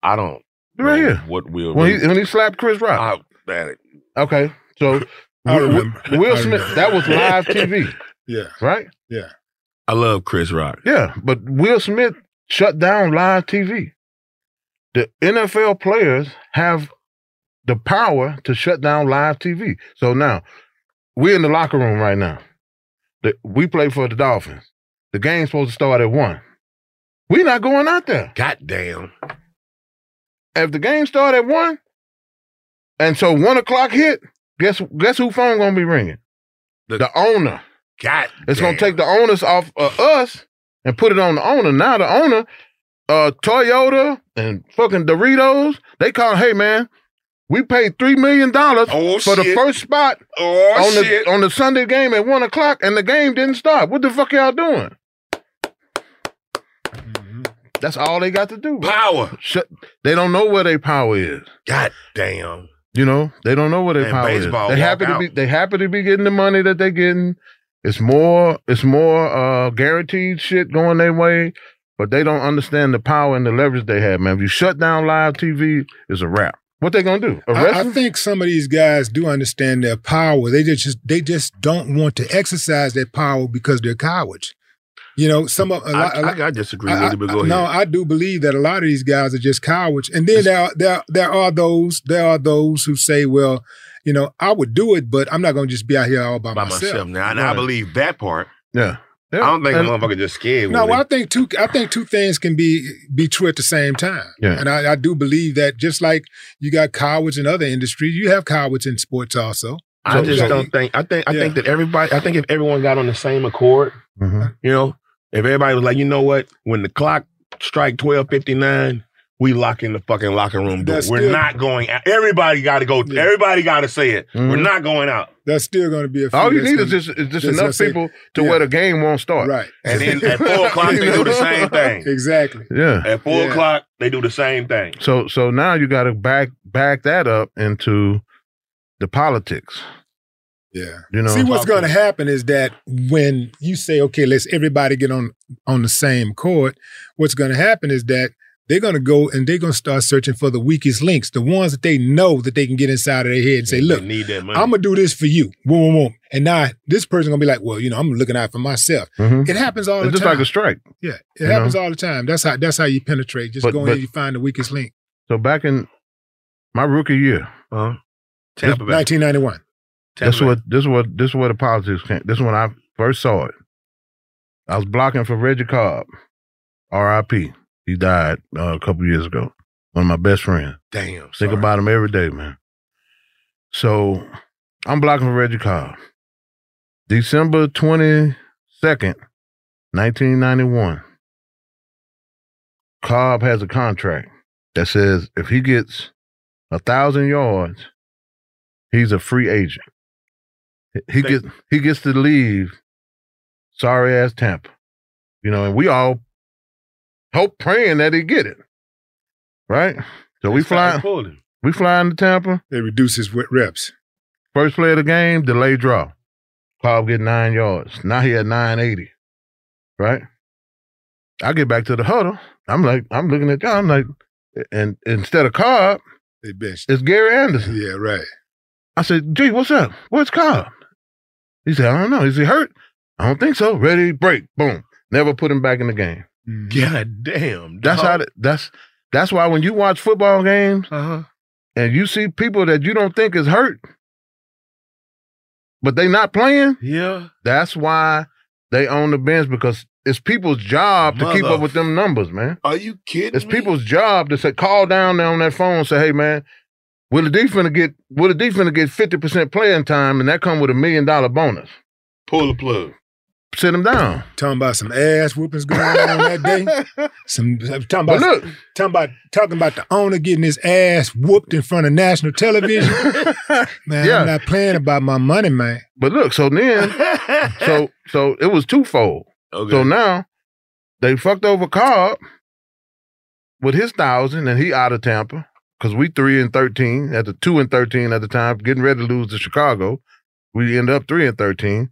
S2: I don't
S3: right
S2: know
S3: here
S2: what will
S3: when he when he slapped Chris Rock.
S2: I, man,
S3: Okay, so
S1: I
S3: Wi- Wi-
S1: remember. I
S3: Will Smith
S1: remember.
S3: that was live TV,
S1: Yeah,
S3: right?
S1: yeah.
S2: I love Chris Rock.
S3: Yeah, but Will Smith shut down live TV. The NFL players have the power to shut down live TV. So now we're in the locker room right now. The- we play for the Dolphins. The game's supposed to start at one. We're not going out there.
S2: Goddamn.
S3: If the game start at one, and so one o'clock hit, guess guess who phone gonna be ringing?
S2: The-
S3: The, owner.
S2: God.
S3: It's gonna take the onus off of us and put it on the owner. Now the owner uh, Toyota and fucking Doritos, they call, hey man, we paid three million dollars
S6: Oh,
S3: for the
S6: shit.
S3: first spot
S6: Oh
S3: on
S6: shit!
S3: the on the Sunday game at one o'clock, and the game didn't start. What the fuck y'all doing? That's all they got to do.
S6: power.
S3: Shut, they don't know where their power is.
S6: God damn.
S3: You know, they don't know where their
S6: And
S3: power is.
S6: baseball
S3: They
S6: walk
S3: happy to
S6: out.
S3: be they happy to be getting the money that they getting. It's more it's more uh guaranteed shit going their way, but they don't understand the power and the leverage they have, man. If you shut down live TV, it's a wrap. What they gonna do? Arrest
S1: I, I
S3: them?
S1: think some of these guys do understand their power. They just they just don't want to exercise their power because they're cowards. You know, some of a
S6: I,
S1: lot. a lot-
S6: I, I disagree
S1: I-
S6: with you, but go
S1: I-
S6: ahead.
S1: No, I do believe that a lot of these guys are just cowards. And then there, are, there, there are those, there are those who say, "Well, you know, I would do it, but I'm not going to just be out here all by,
S6: by
S1: myself."
S6: myself, now, and I
S3: Right.
S6: believe that part.
S3: yeah. yeah.
S6: I don't think
S3: And-
S6: a motherfucker just scared.
S1: No,
S6: with
S1: well, I
S6: it.
S1: think two. I think two things can be be true at the same time.
S3: Yeah.
S1: And I, I do believe that just like you got cowards in other industries, you have cowards in sports also.
S2: I
S3: So-
S2: just
S3: so-
S2: don't think. I think. I
S1: Yeah.
S2: think that everybody. I think if everyone got on the same accord,
S3: Mhm.
S2: you know, if everybody was like, you know what, when the clock strike twelve fifty nine, we lock in the fucking locker room door.
S1: That's
S2: We're
S1: good.
S2: not going out. Everybody got to go.
S1: Yeah.
S2: Everybody got to say it. We're
S3: Mhm.
S2: not going out.
S1: That's still going to be a. few
S3: All you
S1: that's
S3: need is
S1: gonna-
S3: just is just
S1: that's what I
S3: enough
S1: said.
S3: people to
S1: Yeah.
S3: where the game won't start.
S1: right.
S2: And then at four o'clock they do the same thing.
S1: Exactly.
S3: Yeah.
S2: At four
S1: Yeah.
S2: o'clock they do the same thing.
S3: So so now you got to back back that up into the politics.
S1: Yeah.
S3: You know,
S1: See what's going to happen is that when you say, "Okay, let's everybody get on on the same court," what's going to happen is that they're going to go and they're going to start searching for the weakest links, the ones that they know that they can get inside of their head and say, "Look,
S2: They need that money.
S1: I'm gonna do this for you." Boom, boom, boom. And now this person gonna be like, "Well, you know, I'm looking out for myself."
S3: Mhm.
S1: It happens all
S3: It's
S1: the
S3: just
S1: time.
S3: like a strike.
S1: yeah, it
S3: you
S1: happens
S3: know?
S1: all the time. That's how that's how you penetrate. Just
S3: But-
S1: go in
S3: but-
S1: and you find the weakest link.
S3: So back in my rookie year, uh,
S2: huh? Tampa Bay.
S1: 1991.
S2: Tampa
S3: that's
S2: Bay.
S3: what this is what this is where the politics came. This is when I first saw it. I was blocking for Reggie Cobb, R.I.P. He died uh, a couple years ago. One of my best friends.
S2: Damn.
S3: Think about him every day, man. So I'm blocking for Reggie Cobb. December twenty second, nineteen ninety one. Cobb has a contract that says if he gets a thousand yards, he's a free agent. He
S2: They-
S3: gets he gets to leave. Sorry ass Tampa, you know, and we all hope praying that he get it, right? So we fly
S2: flying.
S3: we flying to Tampa.
S1: They reduce his w- reps.
S3: First play of the game, delay draw. Cobb get nine yards. Now he at 980. Right? I get back to the huddle. I'm like, I'm looking at y'all. I'm like, and instead of Cobb,
S1: They benched.
S3: it's Gary Anderson.
S1: Yeah, right.
S3: I said, gee, what's up? Where's Cobb? He said, I don't know. Is he hurt? I don't think so. Ready, break, boom. Never put him back in the game.
S1: Mm-hmm.
S2: God damn.
S3: That's how the, that's that's why when you watch football games,
S2: Uh-huh.
S3: and you see people that you don't think is hurt, but they not playing,
S2: Yeah.
S3: that's why they own the bench because it's people's job to keep
S2: Mother-
S3: up with them numbers, man.
S6: Are you kidding?
S3: It's
S6: me?
S3: people's job to say call down there on that phone and say, hey man, will the defense get will the defense get fifty percent playing time and that come with a million dollar bonus?
S6: pull the plug.
S3: Sit them down.
S1: Talking about some ass whoopings going on that day. Some uh, talking about
S3: But look,
S1: talking about talking about the owner getting his ass whooped in front of national television. Man,
S3: Yeah.
S1: I'm not playing about my money, man.
S3: but look, so then so so it was twofold.
S6: Okay.
S3: So now they fucked over Cobb with his thousand, and he out of Tampa because we three and thirteen at the two and thirteen at the time, getting ready to lose to Chicago. We end up three and thirteen.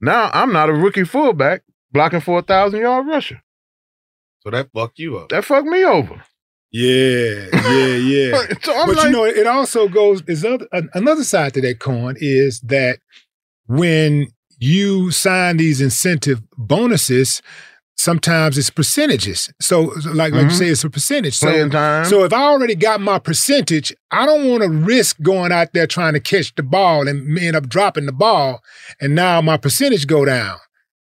S3: Now I'm not a rookie fullback blocking for a thousand yard rusher.
S6: So that fucked you up.
S3: That fucked me over.
S1: Yeah, yeah, yeah.
S3: so I'm
S1: but
S3: like,
S1: you know, it also goes. Is other an- another side to that coin is that when you sign these incentive bonuses, sometimes it's percentages. So, like like
S3: Mhm.
S1: you say, it's a percentage. So,
S3: playing time.
S1: So if I already got my percentage, I don't want to risk going out there trying to catch the ball and end up dropping the ball, and now my percentage go down.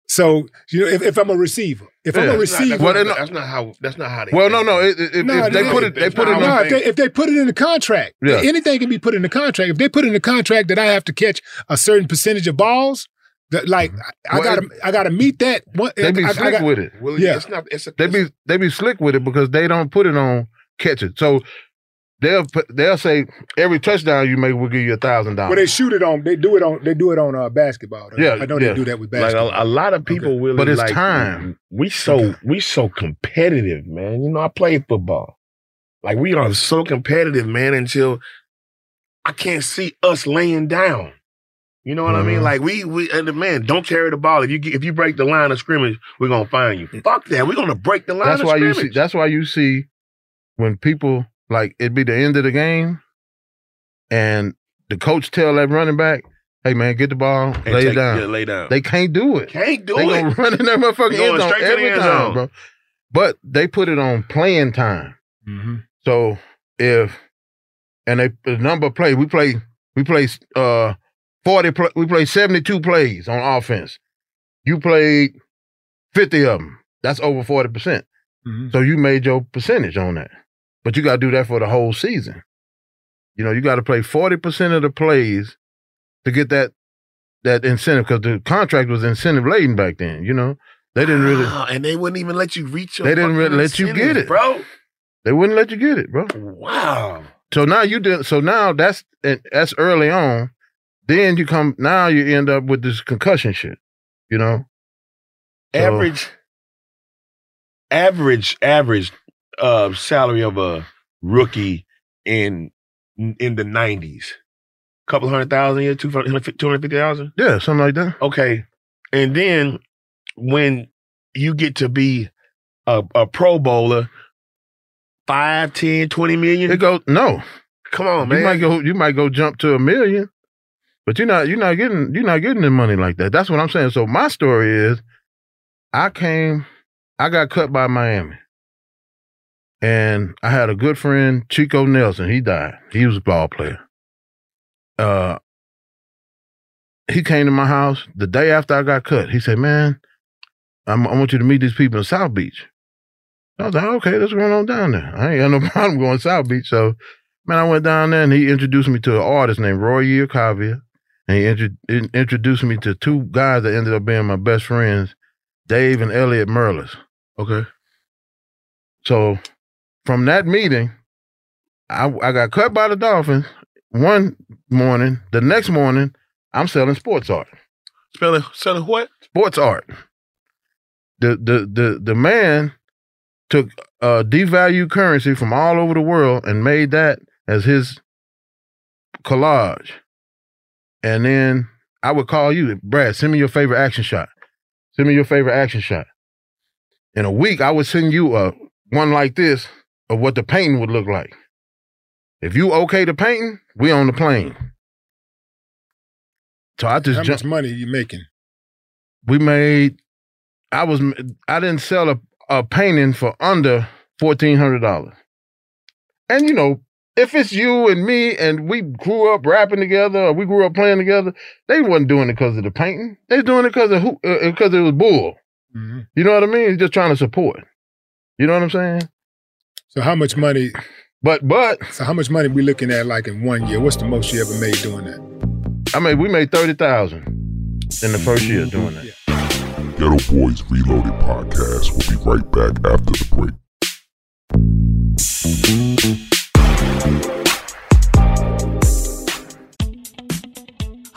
S1: So you know, if, if I'm a receiver, if I'm
S3: Yeah.
S1: a
S3: It's
S1: receiver,
S3: Well, they
S2: that's,
S3: not-
S2: not how. That's not how they.
S3: well, no,
S2: think.
S3: no. It, it, it-
S1: No,
S3: if they
S1: no,
S3: put it. They
S2: that's
S3: put
S2: not
S3: it.
S2: how
S3: on-
S1: no,
S2: I
S1: if they, if they put it in the contract,
S3: Yeah.
S1: anything can be put in the contract. If they put in the contract that I have to catch a certain percentage of balls, That- like I, I
S2: Well,
S1: gotta, I gotta meet that. What,
S3: Mm-hmm. They be
S1: I- I
S3: slick
S1: got-
S3: with it.
S2: Willie,
S1: Yeah.
S2: it's not. It's a,
S3: They be they be slick with it because they don't put it on catch it. So they'll put, they'll say every touchdown you make will give you a thousand
S1: Well, they
S3: dollars.
S1: shoot it on. They do it on. They do it on uh, basketball.
S3: Yeah,
S1: I know
S3: yeah.
S1: they do that with
S2: like
S1: basketball.
S2: a, a lot of people, Willie.
S3: But it's
S2: like,
S3: time.
S2: We so we so competitive, man. You know, I played football. Like we are so competitive, man. Until I can't see us laying down. You know what I mean?
S3: Mhm.
S2: Like we we and the man don't carry the ball. If you get- if you break the line of scrimmage, we're gonna find you. Fuck that. We're gonna break the line.
S3: That's
S2: of
S3: why you
S2: scrimmage.
S3: see. That's why you see when people like it be the end of the game, and the coach tell that running back, "Hey man, get the ball,
S2: And
S3: lay it
S2: take-
S3: down."
S2: yeah, lay down.
S3: They can't do it.
S2: can't do
S3: they
S2: it.
S3: gonna run in that motherfucking
S2: Going
S3: end zone
S2: straight to the
S3: every
S2: end
S3: time,
S2: zone.
S3: bro. But they put it on playing time.
S1: Mhm.
S3: So if and they the number of play we play we play uh forty pl- we play seventy two plays on offense. You played fifty of them. That's over forty percent.
S1: Mhm.
S3: So you made your percentage on that. But you got to do that for the whole season. You know, you got to play 40% of the plays to get that that incentive because the contract was incentive laden back then, you know. They didn't really
S2: Ah, and they wouldn't even let you reach. Your
S3: They didn't
S2: fucking
S3: really let you
S2: incentives,
S3: get it.
S2: bro.
S3: they wouldn't let you get it, bro.
S2: Wow.
S3: So now you did so now that's and that's early on. Then you come now you end up with this concussion shit, you know. So-
S2: average average average uh salary of a rookie in in the 90s couple hundred thousand a year 250 250000
S3: Yeah, something like that.
S2: okay and then when you get to be a, a pro bowler 5 10 20 million
S3: It goes no.
S2: come on
S3: You
S2: man
S3: might go you might go jump to a million, but you're not you're not getting you're not getting the money like that. That's what I'm saying. So my story is I came, I got cut by Miami. And I had a good friend, Chico Nelson. He died. He was a ball player. Uh he came to my house the day after I got cut. He said, Man, I'm, I want you to meet these people in South Beach. I was like, okay, that's what's going on down there. I ain't got no problem going to South Beach. So Man, I went down there and he introduced me to an artist named Roy Yukavia. And he intro- in- introduced me to two guys that ended up being my best friends, Dave and Elliot Merlis.
S2: okay
S3: So from that meeting, I, I got cut by the Dolphins one morning. The next morning, I'm selling sports art.
S2: selling selling what
S3: Sports art. The the the the man took uh devalued currency from all over the world and made that as his collage. And then I would call you, Brad, send me your favorite action shot. Send me your favorite action shot. In a week, I would send you a one like this of what the painting would look like. If you okay the painting, we on the plane. So I just
S1: How
S3: jumped
S1: much money you making?
S3: we made i was i didn't sell a, a painting for under $1400 and you know if it's you and me and we grew up rapping together or we grew up playing together they wasn't doing it because of the painting they was doing it because of who because it was bull
S1: Mhm.
S3: you know what i mean just trying to support you know what i'm saying
S1: So how much money?
S3: but but
S1: So how much money we looking at like in one year? What's the most you ever made doing that?
S3: i mean we made 30000 in the first year doing that
S5: Ghetto Boys Reloaded podcast will be right back after the break.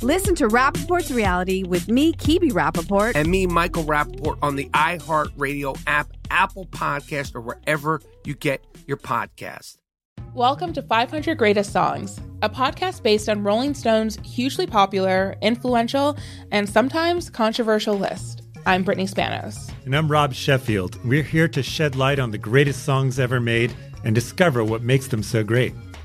S7: listen to Rappaport's Reality with me, Kibi Rappaport.
S8: and me, Michael Rappaport, on the iHeartRadio app, Apple Podcast, or wherever you get your podcast.
S9: Welcome to 500 Greatest Songs, a podcast based on Rolling Stone's hugely popular, influential, and sometimes controversial list. I'm Brittany Spanos.
S10: And I'm Rob Sheffield. We're here to shed light on the greatest songs ever made and discover what makes them so great.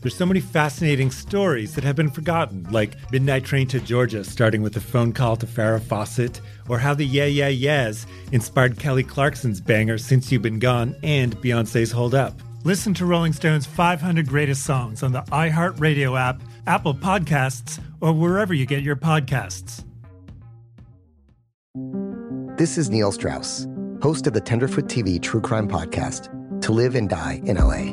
S10: There's so many fascinating stories that have been forgotten, like Midnight Train to Georgia starting with a phone call to Farrah Fawcett, or how the Yeah Yeah Yeahs inspired Kelly Clarkson's banger Since You've Been Gone and Beyonce's Hold Up. Listen to Rolling Stone's 500 Greatest Songs on the iHeartRadio app, Apple Podcasts, or wherever you get your podcasts.
S11: This is Neil Strauss, host of the Tenderfoot TV True Crime Podcast, To Live and Die in LA.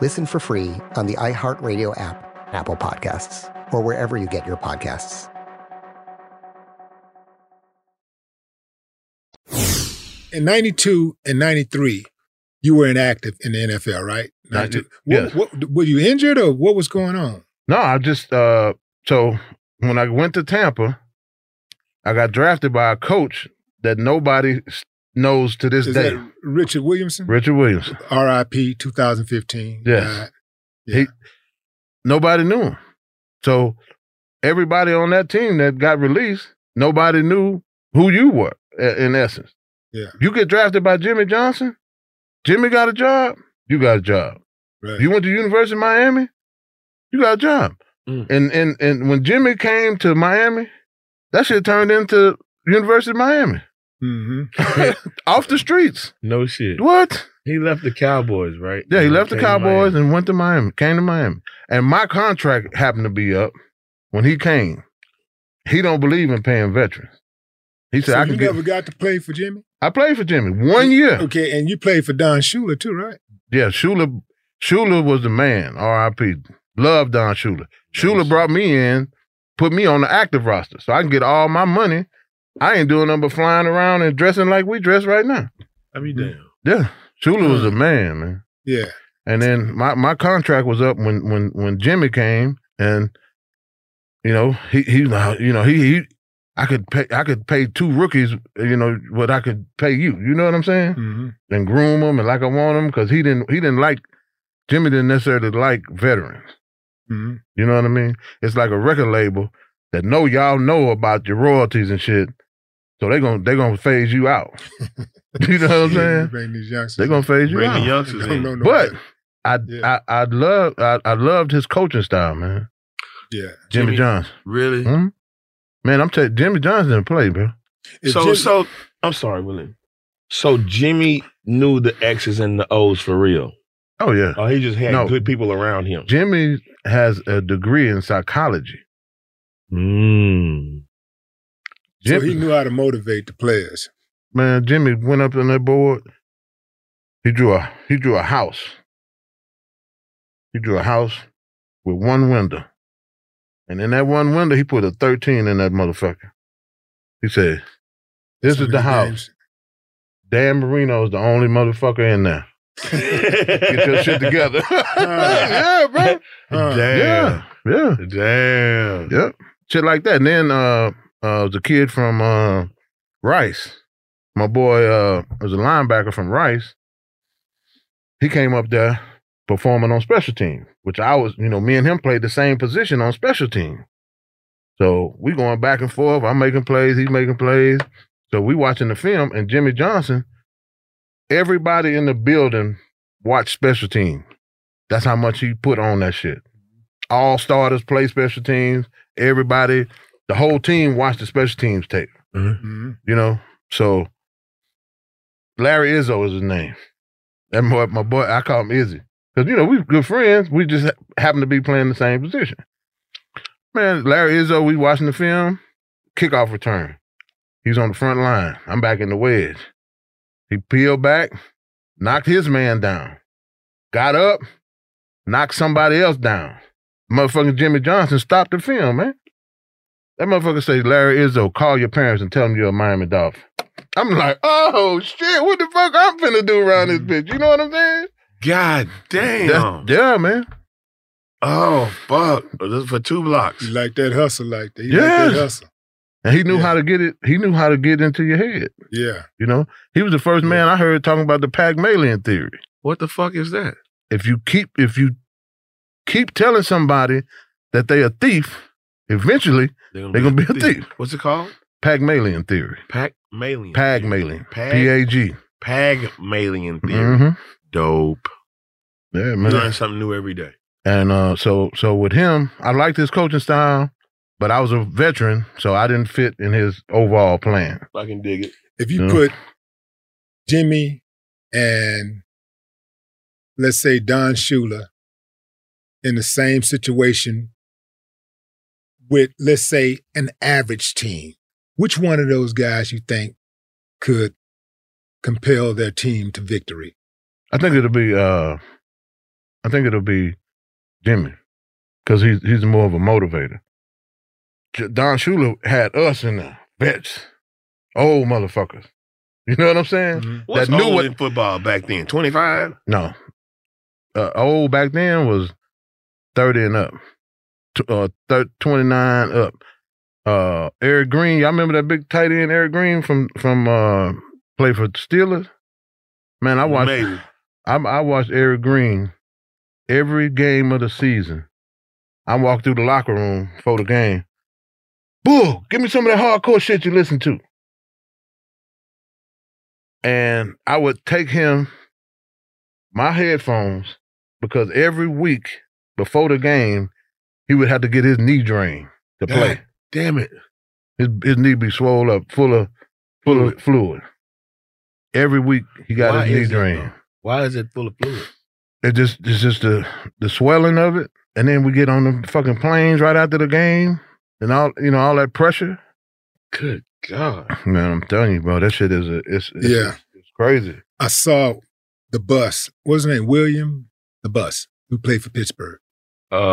S11: Listen for free on the iHeartRadio app, Apple Podcasts, or wherever you get your podcasts.
S1: in 92 and 93, you were inactive in the NFL, right? 92. What,
S3: yes.
S1: what, were you injured or what was going on?
S3: No, I just uh so when I went to Tampa, I got drafted by a coach that nobody s- knows to this
S1: Is
S3: day.
S1: that Richard Williamson?
S3: Richard Williams.
S1: RIP 2015.
S3: Yes.
S1: died.
S3: He nobody knew him. So everybody on that team that got released, nobody knew who you were i- in essence.
S1: Yeah.
S3: You get drafted by Jimmy Johnson, Jimmy got a job, you got a job.
S1: Right.
S3: You went to University of Miami, you got a job.
S2: Mm.
S3: And and and when Jimmy came to Miami, that shit turned into University of Miami.
S1: hmm
S3: Off the streets.
S2: No shit.
S3: What?
S2: He left the Cowboys, right?
S3: Yeah, he
S2: And
S3: left the
S2: came to
S3: Cowboys
S2: Miami.
S3: and went to Miami, came to Miami. And my contract happened to be up when he came. He don't believe in paying veterans. He said,
S1: So
S3: I
S1: you
S3: can
S1: never
S3: get
S1: got to play for Jimmy?
S3: I played for Jimmy one year.
S1: Okay, and you played for Don Shula too, right?
S3: Yeah, Shula Shula was the man, R.I.P. Love Don Shula. Shula brought me in, put me on the active roster. So I can get all my money. I ain't doing nothing but flying around and dressing like we dress right now.
S2: I mean,
S3: Mm-hmm.
S2: damn.
S3: Yeah. Shula was the man, man.
S1: Yeah.
S3: And then my, my contract was up when when when Jimmy came, and you know he he you know he he I could pay I could pay two rookies you know what I could pay you you know what I'm saying
S1: hmm
S3: and groom them and like I want them because he didn't he didn't like Jimmy didn't necessarily like veterans
S1: hmm
S3: you know what I mean it's like a record label that know y'all know about your royalties and shit so they gonna they gonna phase you out you know what I'm saying
S1: Bring these youngsters.
S3: they gonna phase you
S2: Bring
S3: out
S2: the youngsters
S1: Don't
S2: in.
S1: know no
S3: but
S1: better.
S3: I,
S1: Yeah.
S3: I I love I, I loved his coaching style, man.
S1: yeah.
S3: Jimmy,
S2: Jimmy-
S3: Johnson,
S2: Really?
S3: Hmm? man. I'm telling Jimmy Johnson didn't play, bro.
S1: If
S2: so,
S1: Jim-
S2: so I'm sorry, William. So Jimmy knew the X's and the O's for real.
S3: Oh yeah,
S2: Oh, he just had
S3: No.
S2: good people around him.
S3: Jimmy has a degree in psychology.
S2: Mm.
S1: so
S3: Jim,
S1: he knew how to motivate the players.
S3: man, Jimmy went up on that board. He drew a he drew a house. He drew a house with one window, and in that one window, he put a 13 in that motherfucker. He said, "This
S1: So
S3: is the
S1: many
S3: house."
S1: games.
S3: Dan Marino is the only motherfucker in there. Get your shit together. yeah,
S2: Uh,
S3: bro.
S1: Huh.
S2: Damn.
S3: Yeah, yeah,
S2: Damn.
S3: yep. Shit like that. And then uh, uh, the kid from uh, Rice, my boy, uh, was a linebacker from Rice. he came up there performing on special team, which I was, you know, me and him played the same position on special team. So we going back and forth. I'm making plays, he's making plays. So we watching the film, and Jimmy Johnson, everybody in the building watched special team. That's how much he put on that shit. All starters play special teams. Everybody, the whole team watched the special teams tape. You know, so Larry Izzo is his name. That boy, my boy, I call him Izzy because you know we good friends. We just ha- happen to be playing the same position. Man, Larry Izzo, we watching the film. Kickoff return. He's on the front line. I'm back in the wedge. He peeled back, knocked his man down, got up, knocked somebody else down. Motherfucking Jimmy Johnson stopped the film, man. That motherfucker say, Larry Izzo, call your parents and tell them you're a Miami Dolphin. I'm like, oh shit, what the fuck I'm finna do around this bitch? You know what I'm saying?
S2: Mm. God damn.
S3: yeah, man.
S2: Oh fuck! This is for two blocks.
S1: You like that hustle like that? You like
S3: Yes.
S1: that hustle?
S3: And he knew how to get it. He knew how to get into your head.
S1: Yeah.
S3: You know, he was the first man I heard talking about the Pygmalion theory.
S2: What the fuck is that?
S3: If you keep if you keep telling somebody that they a thief, eventually they're gonna, be, a thief.
S2: What's it called?
S3: Pygmalion theory.
S2: Pygmalion.
S3: Pygmalion.
S2: Pag-
S3: P A G.
S2: Pygmalion theory.
S3: Mhm.
S2: Dope.
S3: Yeah,
S2: You
S3: man.
S2: learn something new every day.
S3: And uh, so so with him, I liked his coaching style, but I was a veteran, so I didn't fit in his overall plan.
S2: I can dig it.
S1: If you
S3: Yeah.
S1: put Jimmy and let's say Don Shula in the same situation with let's say an average team, which one of those guys you think could compel their team to victory?
S3: I think it'll be uh I think it'll be Jimmy because he's he's more of a motivator. J- Don Shula had us in there, vets, old motherfuckers. You know what I'm saying?
S2: Mm-hmm. What's
S3: that knew
S2: old
S3: what
S2: in football back then? Twenty five.
S3: no uh, old back then was thirty and up, T- uh, thir- twenty nine up. Uh, Eric Green, y'all remember that big tight end Eric Green from from uh play for Steelers? Man, I watched.
S2: Maybe.
S3: I I watched Eric Green every game of the season. I walked through the locker room for the game. Boo! Give me some of that hardcore shit you listen to. And I would take him my headphones because every week before the game, he would have to get his knee drained to play.
S2: Damn it!
S3: His his knee be swole up, full of full of fluid. Every week he got
S2: Why
S3: his
S2: is
S3: knee
S2: it,
S3: drained.
S2: though? Why is it full of fluid?
S3: It just it's just the the swelling of it, and then we get on the fucking planes right after the game, and all you know all that pressure.
S2: Good God!
S3: Man, I'm telling you, bro, that shit is a it's, it's
S1: Yeah.
S3: it's crazy.
S1: I saw the bus. What's his name? William the bus who played for Pittsburgh.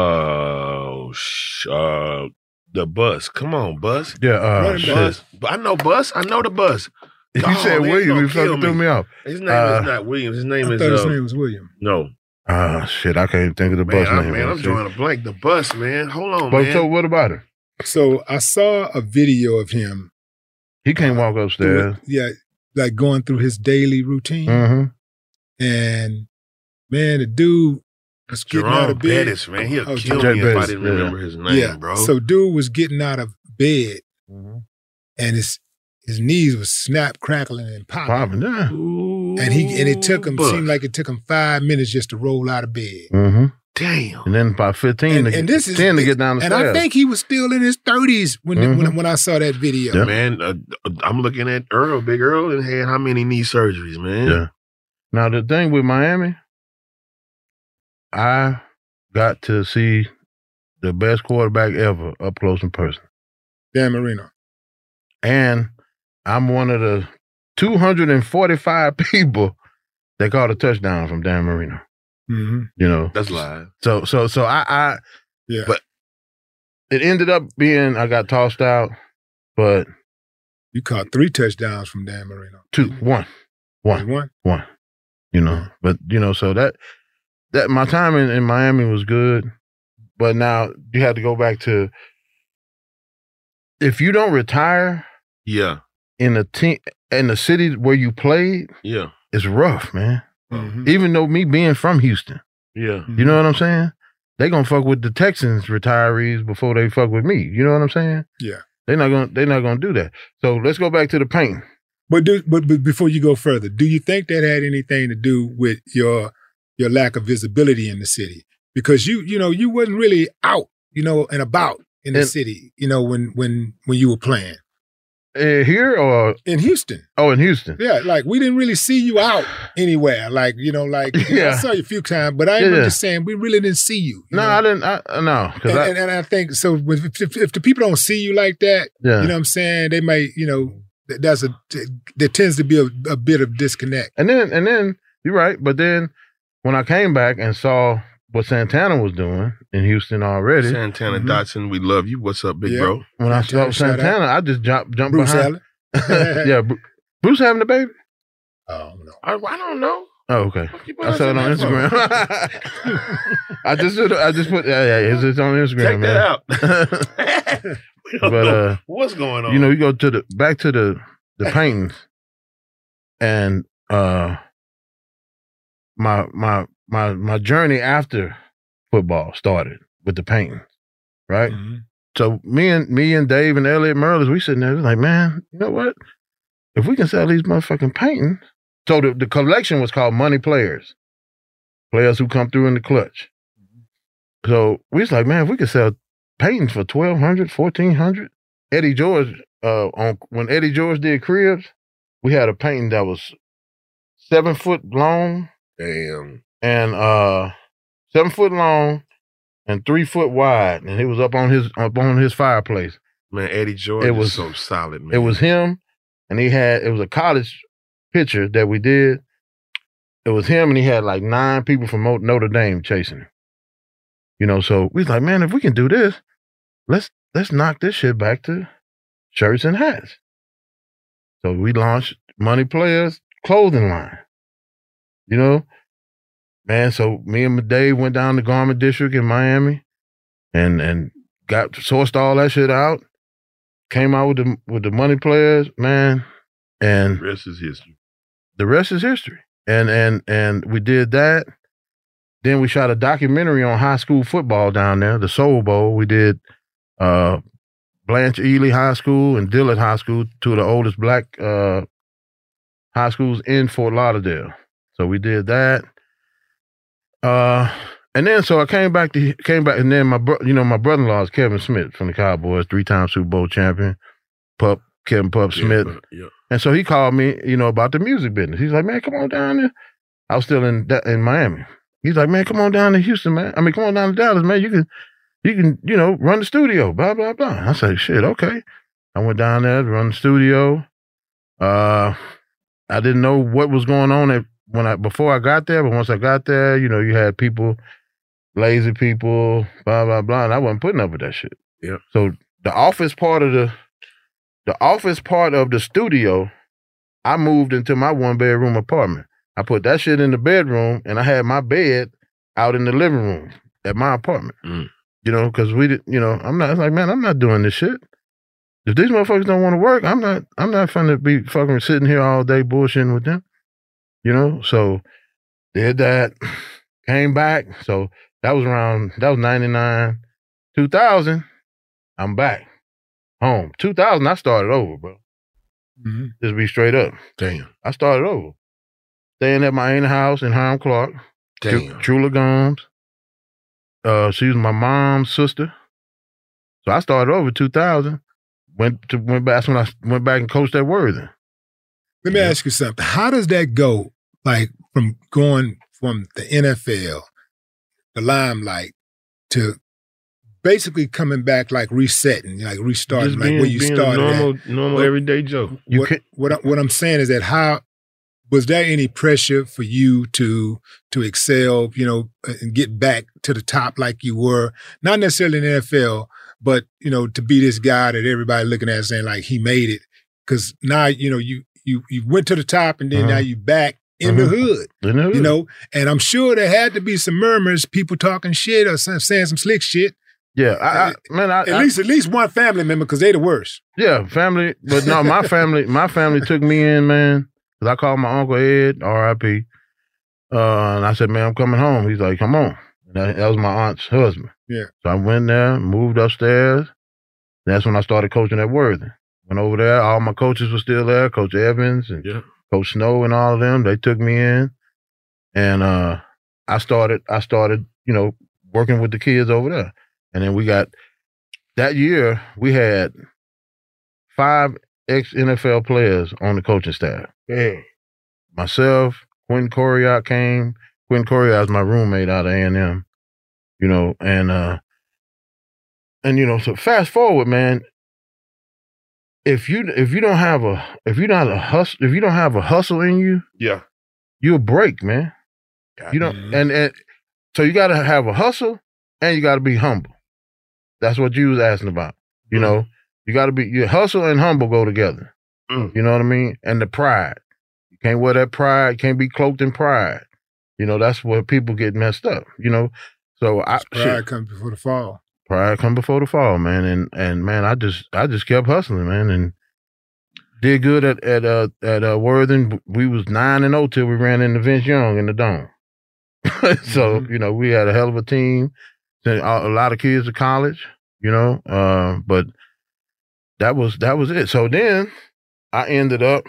S2: Oh, sh- uh, the bus. Come on, bus.
S3: Yeah, uh,
S2: Running
S3: shit.
S2: bus. But I know bus. I know the bus.
S3: If you
S2: God,
S3: said
S2: man,
S3: William,
S2: gonna
S3: you fucking
S2: kill
S3: threw me off.
S2: His name
S3: Uh,
S2: is not Williams. His name
S1: I
S2: is
S1: thought his
S2: uh,
S1: name was William.
S2: no.
S3: Ah, shit, I can't think of the
S2: Man,
S3: bus
S2: I,
S3: name.
S2: man, I'm
S3: shit.
S2: drawing a blank. The bus, man. Hold on,
S3: But
S2: man.
S3: so what about it?
S1: So I saw a video of him.
S3: He can't walk upstairs.
S1: through- yeah, like going through his daily routine.
S3: Mm-hmm.
S1: And man, the dude was getting out
S2: Jerome
S1: of bed.
S2: Bettis, man. He'll
S1: Oh,
S2: kill
S1: Jerome
S2: me if I
S1: Bettis,
S2: didn't
S1: yeah.
S2: remember his name,
S1: yeah.
S2: bro.
S1: So dude was getting out of bed,
S3: Mm-hmm.
S1: and his his knees was snap, crackling, and
S3: Popping,
S1: popping.
S3: yeah.
S1: And he and it took him.
S3: Ooh,
S1: Seemed
S3: bus.
S1: like it took him five minutes just to roll out of bed.
S3: Mm-hmm.
S2: Damn.
S3: And then by 15
S1: And,
S3: to get,
S1: and this is
S3: 10 to get down the
S1: and
S3: stairs.
S1: I think he was still in his thirties when when,
S3: Mhm.
S1: when I saw that video.
S2: Man, uh, I'm looking at Earl, Big Earl, and had how many knee surgeries, man?
S3: Yeah. Now the thing with Miami, I got to see the best quarterback ever up close and personal.
S1: Dan Marino.
S3: And I'm one of the 245 people that caught a touchdown from Dan Marino.
S1: Mm-hmm.
S3: You know.
S2: That's live.
S3: So so so I I
S1: Yeah.
S3: but it ended up being I got tossed out, but
S1: You caught three touchdowns from Dan Marino. Mm-hmm.
S3: two, one, one,
S1: One.
S3: one. You know, but you know, so that that my time in, in Miami was good, but now you have to go back to if you don't retire
S2: Yeah.
S3: in the team in the city where you played,
S2: Yeah.
S3: it's rough, man.
S1: Mm-hmm.
S3: Even though me being from Houston.
S6: Yeah.
S3: You know what I'm saying? They gonna fuck with the Texans retirees before they fuck with me. You know what I'm saying?
S1: Yeah.
S3: They're not gonna they're not gonna do that. So let's go back to the painting.
S1: But do, but but before you go further, do you think that had anything to do with your your lack of visibility in the city? Because you you know you wasn't really out you know and about in the
S3: And-
S1: city you know when when when you were playing
S3: Uh, here or
S1: in Houston?
S3: Oh, in Houston.
S1: Yeah, like we didn't really see you out anywhere. Like you know, like you know, I
S3: Yeah.
S1: saw you a few times, but I
S3: Yeah,
S1: am
S3: yeah.
S1: just saying we really didn't see you.
S3: No, I didn't. I, uh, no, because
S1: And,
S3: I,
S1: and, and I think so. If, if, if the people don't see you like that,
S3: Yeah.
S1: you know what I'm saying? They might, you know, th- that's a th- there tends to be a, a bit of disconnect.
S3: and then and then you're right. But then when I came back and saw what Santana was doing in Houston already,
S2: Santana
S1: Mm-hmm.
S3: Mhm.
S2: Dotson, we love you. What's up, big
S3: Yeah.
S2: bro?
S3: When I saw
S2: shout out.
S3: Santana, I just jumped jumped
S2: Bruce
S3: behind. yeah, Bru- Bruce having the baby.
S1: Oh no,
S2: I, I don't know.
S3: Oh, okay.
S2: keep
S3: I saw it on
S2: asking
S3: Instagram.
S2: that for?
S3: I just I just put yeah, yeah it's, it's on Instagram.
S2: Take
S3: man.
S2: that out. We don't
S3: but
S2: know
S3: uh,
S2: what's going on?
S3: You know, you go to the back to the the paintings, and uh, my my my my journey after football started with the paintings, right?
S2: Mm-hmm.
S3: So me and me and Dave and Elliot Merlis, we sitting there like, man, you know what? If we can sell these motherfucking paintings, so the, the collection was called Money Players, players who come through in the clutch.
S2: Mm-hmm.
S3: So we was like, man, if we could sell paintings for 1200 1400 Eddie George, uh, on when Eddie George did Cribs, we had a painting that was seven foot long.
S2: Damn.
S3: And uh, seven foot long and three foot wide, and it was up on his up on his fireplace.
S2: Man, Eddie Jordan
S3: It
S2: it
S3: was-
S2: was so solid, man.
S3: It was him, and he had it was a college picture that we did. It was him, and he had like nine people from Mo- Notre Dame chasing him. You know, so we was like, man, if we can do this, let's let's knock this shit back to shirts and hats. So we launched Money Players clothing line. You know, man. So me and Dave went down to Garment District in Miami, and and got sourced all that shit out. Came out with the with the Money Players, man, and
S2: Rest is history.
S3: the rest is history. And and and we did that. Then we shot a documentary on high school football down there, the Soul Bowl. We did uh Blanche Ely High School and Dillard High School, two of the oldest black uh high schools in Fort Lauderdale. So we did that. Uh and then so I came back to came back and then my bro, you know my brother in law is Kevin Smith from the Cowboys, three time Super Bowl champion, Pup Kevin Pup Smith.
S2: Yeah.
S3: And so he called me, you know, about the music business. He's like, man, come on down there. I was still in Da- in Miami. He's like, man, come on down to Houston, man. I mean, come on down to Dallas, man. You can, you can, you know, run the studio, blah blah blah. I said, shit, okay. I went down there to run the studio. Uh, I didn't know what was going on at, when I before I got there, but once I got there, you know, you had people, lazy people, blah blah blah, and I wasn't putting up with that shit.
S2: Yeah.
S3: So the office part of the the office part of the studio, I moved into my one bedroom apartment. I put that shit in the bedroom and I had my bed out in the living room at my apartment. You know, because we did you know, I'm not it's like, man, I'm not doing this shit. If these motherfuckers don't want to work, I'm not I'm not fun to be fucking sitting here all day bullshitting with them. You know? So did that, came back. So that was around that was ninety nine, two thousand. I'm back home. 2000, I started over, bro.
S1: Mm-hmm.
S3: Just be straight up.
S2: Damn.
S3: I started over. Staying at my aunt's house in Hiram Clark.
S2: Damn.
S3: Tru- Trula Gomes. Uh, she was my mom's sister. So I started over 2000. Went to went back. That's when I went back and coached at Worthing.
S1: Let me ask you something. How does that go? Like from going from the NFL, the limelight, to basically coming back, like resetting, like restarting,
S2: Just
S1: like
S2: being-
S1: where you
S2: being a
S1: started. at.
S2: normal- normal everyday Joe. You
S1: What,
S2: can't-
S1: what, I, what I'm saying is that how was there any pressure for you to to excel, you know, and get back to the top like you were, not necessarily in the NFL, but you know, to be this guy that everybody looking at saying like he made it, because now you know you you you went to the top and then now
S3: Uh-huh.
S1: you back in the
S3: Uh-huh.
S1: hood.
S3: In the
S1: You
S3: hood.
S1: know, and I'm sure there had to be some murmurs, people talking shit or some, saying some slick shit.
S3: Yeah, I, I man, I,
S1: at
S3: I-
S1: least at least one family member because they the worst.
S3: Yeah, family. But no, my family, my family took me in, man. Cause I called my uncle Ed, R.I.P. Uh, and I said, man, I'm coming home. He's like, come on. And that, that was my aunt's husband.
S1: Yeah.
S3: So I went there, moved upstairs. That's when I started coaching at Worthing. Went over there. All my coaches were still there. Coach Evans and Coach Snow and all of them. They took me in, and uh, I started. I started, you know, working with the kids over there. And then we got that year. We had five ex NFL players on the coaching staff.
S2: Damn.
S3: Myself, Quentin Coriot came. Quentin Coriot is my roommate out of A and M. You know, and uh, and you know, so fast forward, man. If you if you don't have a if you not a hustle if you don't have a hustle in you,
S2: Yeah.
S3: you'll break, man. you don't and, and so you gotta have a hustle and you gotta be humble. That's what you was asking about. You know, you gotta be your hustle and humble go together. You know what I mean? And the pride. You can't wear that pride, can't be cloaked in pride. You know, that's where people get messed up, you know. So I
S1: Pride
S3: shit,
S1: comes before the fall.
S3: pride come before the fall, man. And and man, I just I just kept hustling, man, and did good at at uh at uh Worthing. We was nine and zero till we ran into Vince Young in the dome. so
S1: Mm-hmm.
S3: you know we had a hell of a team. Sent a a lot of kids to college, you know. Uh, but that was that was it. So then I ended up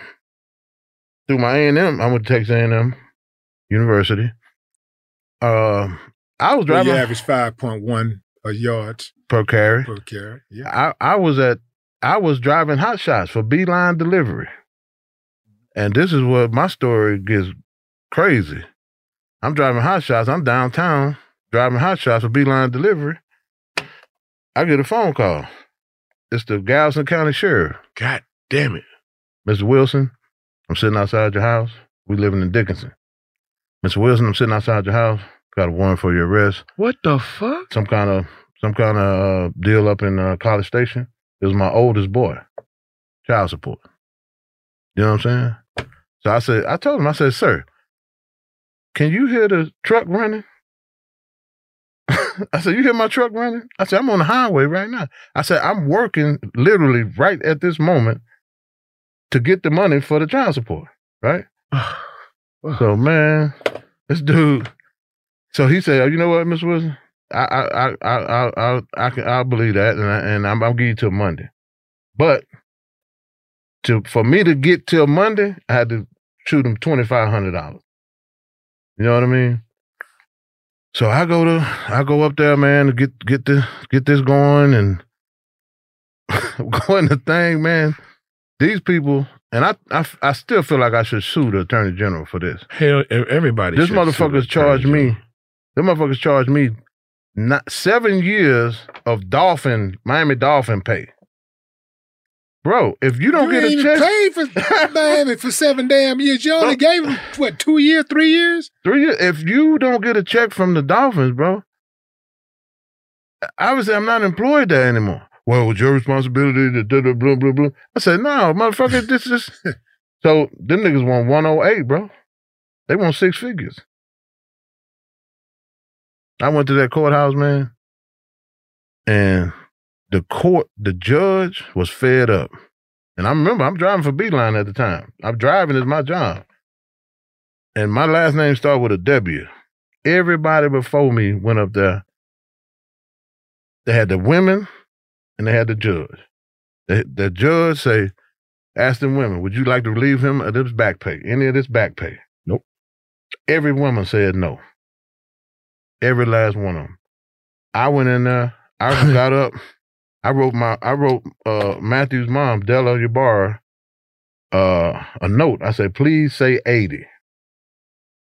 S3: through my A and M. I went to Texas A and M University. Uh, I was
S1: Where
S3: driving
S1: you average 5.1 a yards
S3: per carry.
S1: per carry. Yeah.
S3: I, I was at I was driving hot shots for Beeline Delivery. And this is where my story gets crazy. I'm driving hot shots, I'm downtown driving hot shots for Beeline Delivery. I get a phone call. It's the Galveston County Sheriff.
S2: God damn it.
S3: Mr. Wilson, I'm sitting outside your house. We living in Dickinson. Mr. Wilson, I'm sitting outside your house. Got a warrant for your arrest.
S2: What the fuck?
S3: Some kind of some kind of uh, deal up in uh, College Station. It was my oldest boy. Child support. You know what I'm saying? So I said, I told him, I said, sir, can you hear the truck running? I said, you hear my truck running? I said, I'm on the highway right now. I said, I'm working literally right at this moment to get the money for the child support, right? so man, this dude. So he said, oh, "You know what, Miss Wilson, I I I I I I, I can I'll believe that, and I, and I'm I'll give you till Monday, but to for me to get till Monday, I had to shoot him twenty five hundred dollars. You know what I mean? So I go to I go up there, man, to get get this get this going and going the thing, man. These people, and I, I I still feel like I should sue the attorney general for this.
S2: Hell, e- everybody.
S3: This
S2: should sue the
S3: motherfucker's
S2: attorney
S3: charged
S2: general.
S3: me. Them motherfuckers charged me not seven years of Dolphin Miami Dolphin pay. Bro, if you don't
S1: you
S3: get
S1: ain't
S3: a
S1: even
S3: check,
S1: paid for Miami for seven damn years. You only gave him what two years, three years?
S3: three years, if you don't get a check from the Dolphins, bro, obviously I'm not employed there anymore. Well, it's your responsibility to da da blah blah blah. I said, no, motherfucker, this is so them niggas want 108, bro. They want six figures. I went to that courthouse, man, and the court, the judge was fed up. And I remember I'm driving for Beeline at the time. I'm driving is my job. And my last name started with a W. Everybody before me went up there. They had the women and they had the judge. The, the judge say, ask them women, would you like to relieve him of this back pay? Any of this back pay? Nope. Every woman said no. Every last one of them. I went in there. I got up. I wrote my I wrote uh Matthew's mom, Della Ybarra, uh, a note. I said, please say 80.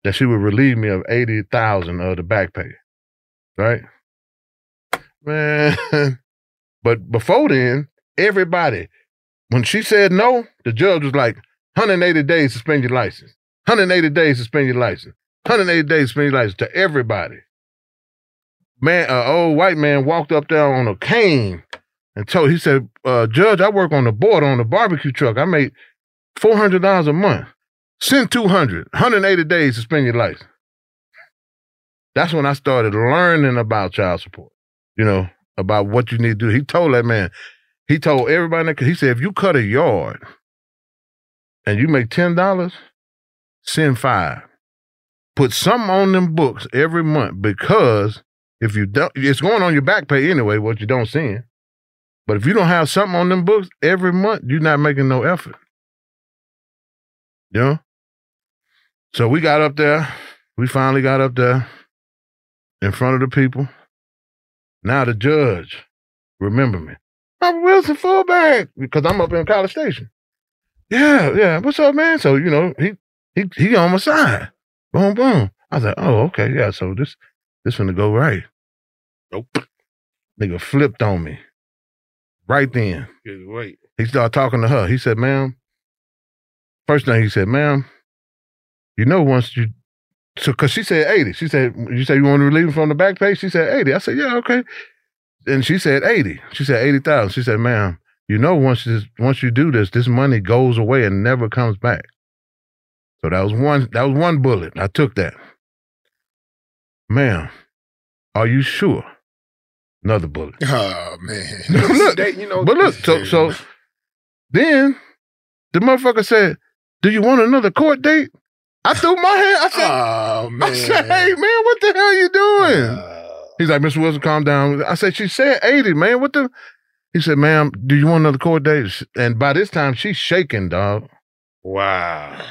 S3: That she would relieve me of 80,000 of the back pay. Right? Man. But before then, everybody, when she said no, the judge was like, 180 days suspend your license. 180 days suspend your license. 180 days suspend your license to everybody. Man, an old white man walked up there on a cane and told, he said, uh, Judge, I work on the board on the barbecue truck. I made $400 a month. Send 200, 180 days suspend your license. That's when I started learning about child support you know, about what you need to do. He told that man, he told everybody, that- he said, if you cut a yard and you make $10, send five. Put something on them books every month because if you don't, it's going on your back pay anyway, what you don't see. But if you don't have something on them books every month, you're not making no effort. You know? So we got up there. We finally got up there in front of the people. Now the judge, remember me. I'm Wilson fullback because I'm up in College Station. Yeah, yeah. What's up, man? So you know he he he on my side. Boom, boom. I was like, oh, okay, yeah. So this this gonna go right. Nope. Nigga flipped on me. Right then,
S2: Good wait.
S3: he started talking to her. He said, "Ma'am." First thing he said, "Ma'am, you know once you." So, cause she said eighty. She said, "You say you want to relieve him from the back pay?" She said eighty. I said, "Yeah, okay." and she said eighty. She said eighty thousand. She said, "Ma'am, you know once this once you do this, this money goes away and never comes back." So that was one that was one bullet. I took that. Ma'am, are you sure? Another bullet.
S1: Oh man.
S3: No, look,
S1: They- you know,
S3: but look, so so then the motherfucker said, "Do you want another court date?" I threw my hand. I said,
S1: "Oh man,
S3: I said, hey man, what the hell you doing?" He's like, "Mr. Wilson, calm down." I said, "She said eighty, man. What the?" He said, "Ma'am, do you want another court date?" Sh- And by this time, she's shaking, dog.
S2: Wow.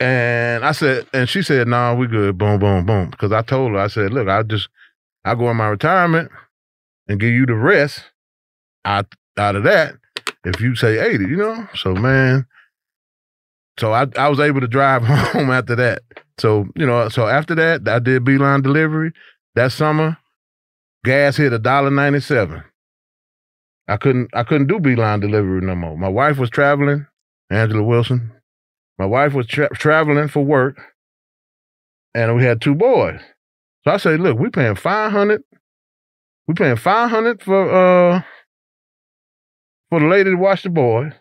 S3: And I said, and she said, "Nah, we good." Boom, boom, boom. Because I told her, I said, "Look, I just, I go in my retirement and give you the rest out out of that if you say 80, you know? So man, so I, I was able to drive home after that. So, you know, so after that, I did beeline delivery. That summer, gas hit a dollar ninety seven. I couldn't I couldn't do beeline delivery no more. My wife was traveling, Angela Wilson. My wife was tra- traveling for work, and we had two boys. So I say, look, we paying five hundred. We paying five hundred for uh for the lady to watch the boys,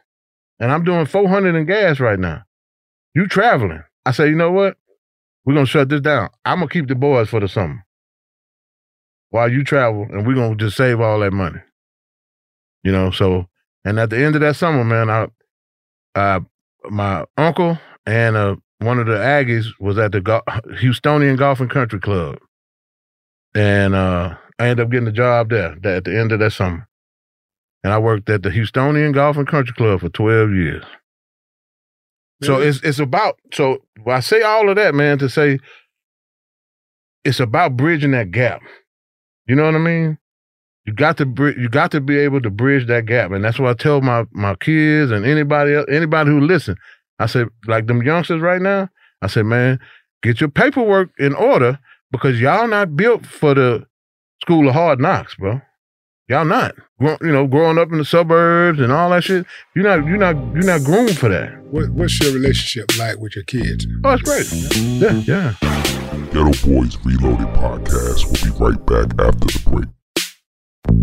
S3: and I'm doing 400 in gas right now. You traveling. I say, you know what? We're going to shut this down. I'm going to keep the boys for the summer while you travel, and we're going to just save all that money. You know, so, and at the end of that summer, man, I, uh, my uncle and uh, one of the Aggies was at the Go- Houstonian Golf and Country Club. And uh, I ended up getting a job there that- at the end of that summer. And I worked at the Houstonian Golf and Country Club for 12 years. So it's it's about so when I say all of that, man, to say it's about bridging that gap. You know what I mean? You got to bri- you got to be able to bridge that gap, and that's what I tell my my kids and anybody else, anybody who listen. I say like them youngsters right now. I say, man, get your paperwork in order because y'all not built for the school of hard knocks, bro. Y'all not. Gro- You know, growing up in the suburbs and all that shit, you're not you're not you're not groomed for that.
S1: What, what's your relationship like with your kids?
S3: Oh, it's great. Yeah, yeah.
S12: Ghetto Boys Reloaded podcast will be right back after the break.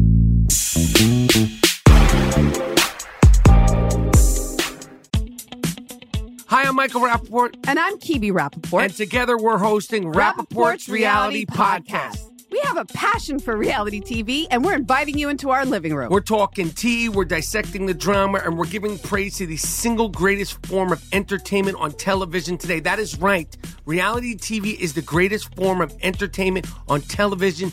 S8: Hi, I'm Michael Rappaport.
S7: And I'm Kibi Rappaport.
S8: And together we're hosting Rappaport's, Reality Podcast.
S7: We have a passion for reality TV, and we're inviting you into our living room.
S8: We're talking tea, we're dissecting the drama, and we're giving praise to the single greatest form of entertainment on television today. That is right. Reality TV is the greatest form of entertainment on television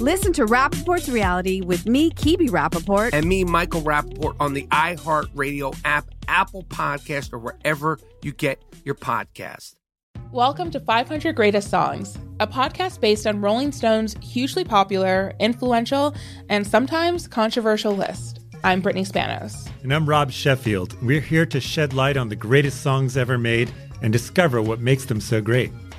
S7: Listen to Rappaport's Reality with me, Kibi Rappaport.
S8: And me, Michael Rappaport, on the iHeartRadio app, Apple Podcast, or wherever you get your podcast.
S9: Welcome to 500 Greatest Songs, a podcast based on Rolling Stone's hugely popular, influential, and sometimes controversial list. I'm Brittany Spanos.
S10: And I'm Rob Sheffield. We're here to shed light on the greatest songs ever made and discover what makes them so great.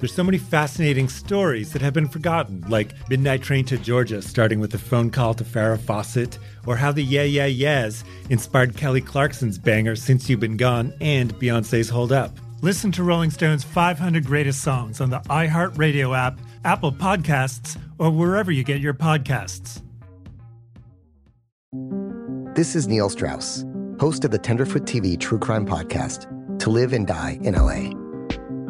S10: There's so many fascinating stories that have been forgotten, like Midnight Train to Georgia, starting with a phone call to Farrah Fawcett, or how the Yeah Yeah Yeahs inspired Kelly Clarkson's banger Since You've Been Gone and Beyonce's Hold Up.
S13: Listen to Rolling Stone's 500 Greatest Songs on the iHeartRadio app, Apple Podcasts, or wherever you get your podcasts.
S11: This is Neil Strauss, host of the Tenderfoot TV True Crime Podcast, To Live and Die in LA.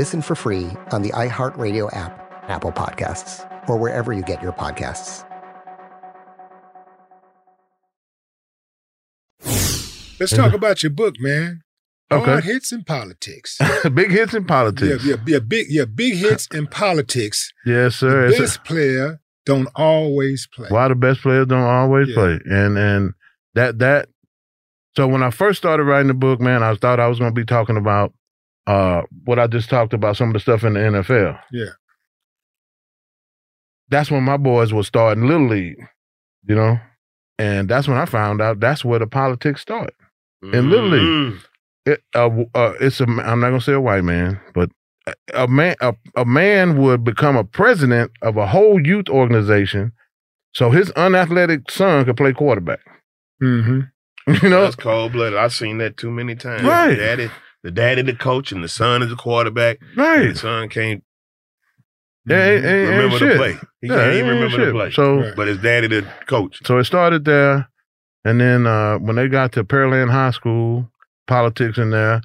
S11: Listen for free on the iHeartRadio app, Apple Podcasts, or wherever you get your podcasts.
S1: Let's talk about your book, man.
S3: Mm-hmm. Okay.
S1: Hard hits in politics.
S3: big hits in politics.
S1: Yeah, yeah, yeah, big, yeah, big hits in politics.
S3: Yes, sir. It's a-
S1: Best player don't always play.
S3: Why the best players don't always play, and and that that. So when I first started writing the book, man, I thought I was going to be talking about uh, what I just talked about, some of the stuff in the NFL.
S1: Yeah.
S3: That's when my boys were starting little league, you know, and that's when I found out that's where the politics start in little league. It, uh, w- uh, it's a m- I'm not gonna say a white man, but a- a man a, a man would become a president of a whole youth organization, so his unathletic son could play quarterback.
S1: Mm-hmm.
S3: You know,
S2: that's cold blooded. I've seen that too many times.
S3: Right.
S2: The daddy, the daddy, the coach, and the son is the quarterback.
S3: Right.
S2: the son can't
S3: Yeah, ain't- ain't- ain't
S2: remember the
S3: shit.
S2: play. He
S3: Yeah,
S2: can't
S3: ain't- ain't
S2: even remember the
S3: shit.
S2: play.
S3: So- Right.
S2: but his daddy, the coach.
S3: So it started there, and then uh, when they got to Pearland High School, politics in there.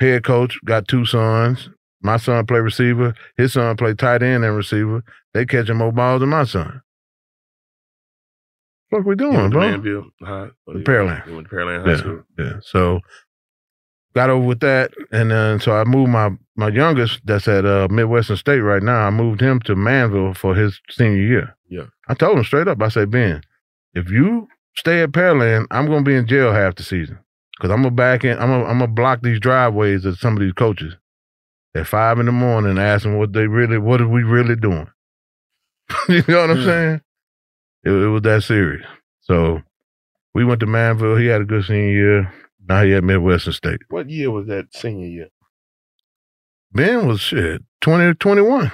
S3: Head coach got two sons. My son play receiver. His son play tight end and receiver. They catching more balls than my son. What we doing,
S2: He went to
S3: bro?
S2: Manville High-
S3: The Pearland.
S2: He went to Pearland High
S3: yeah,
S2: School.
S3: Yeah. So got over with that, and then so I moved my my youngest that's at uh, Midwestern State right now. I moved him to Manville for his senior year.
S2: Yeah.
S3: I told him straight up. I said, Ben, if you stay at Pearland, I'm gonna be in jail half the season because I'm gonna back in. I'm gonna, I'm gonna block these driveways of some of these coaches at five in the morning, and ask them what they really, what are we really doing? you know
S2: Hmm.
S3: what I'm saying? It, it was that serious. So we went to Manville. He had a good senior year. Now he at Midwestern State.
S2: What year was that senior year?
S3: Ben was shit 20, 21.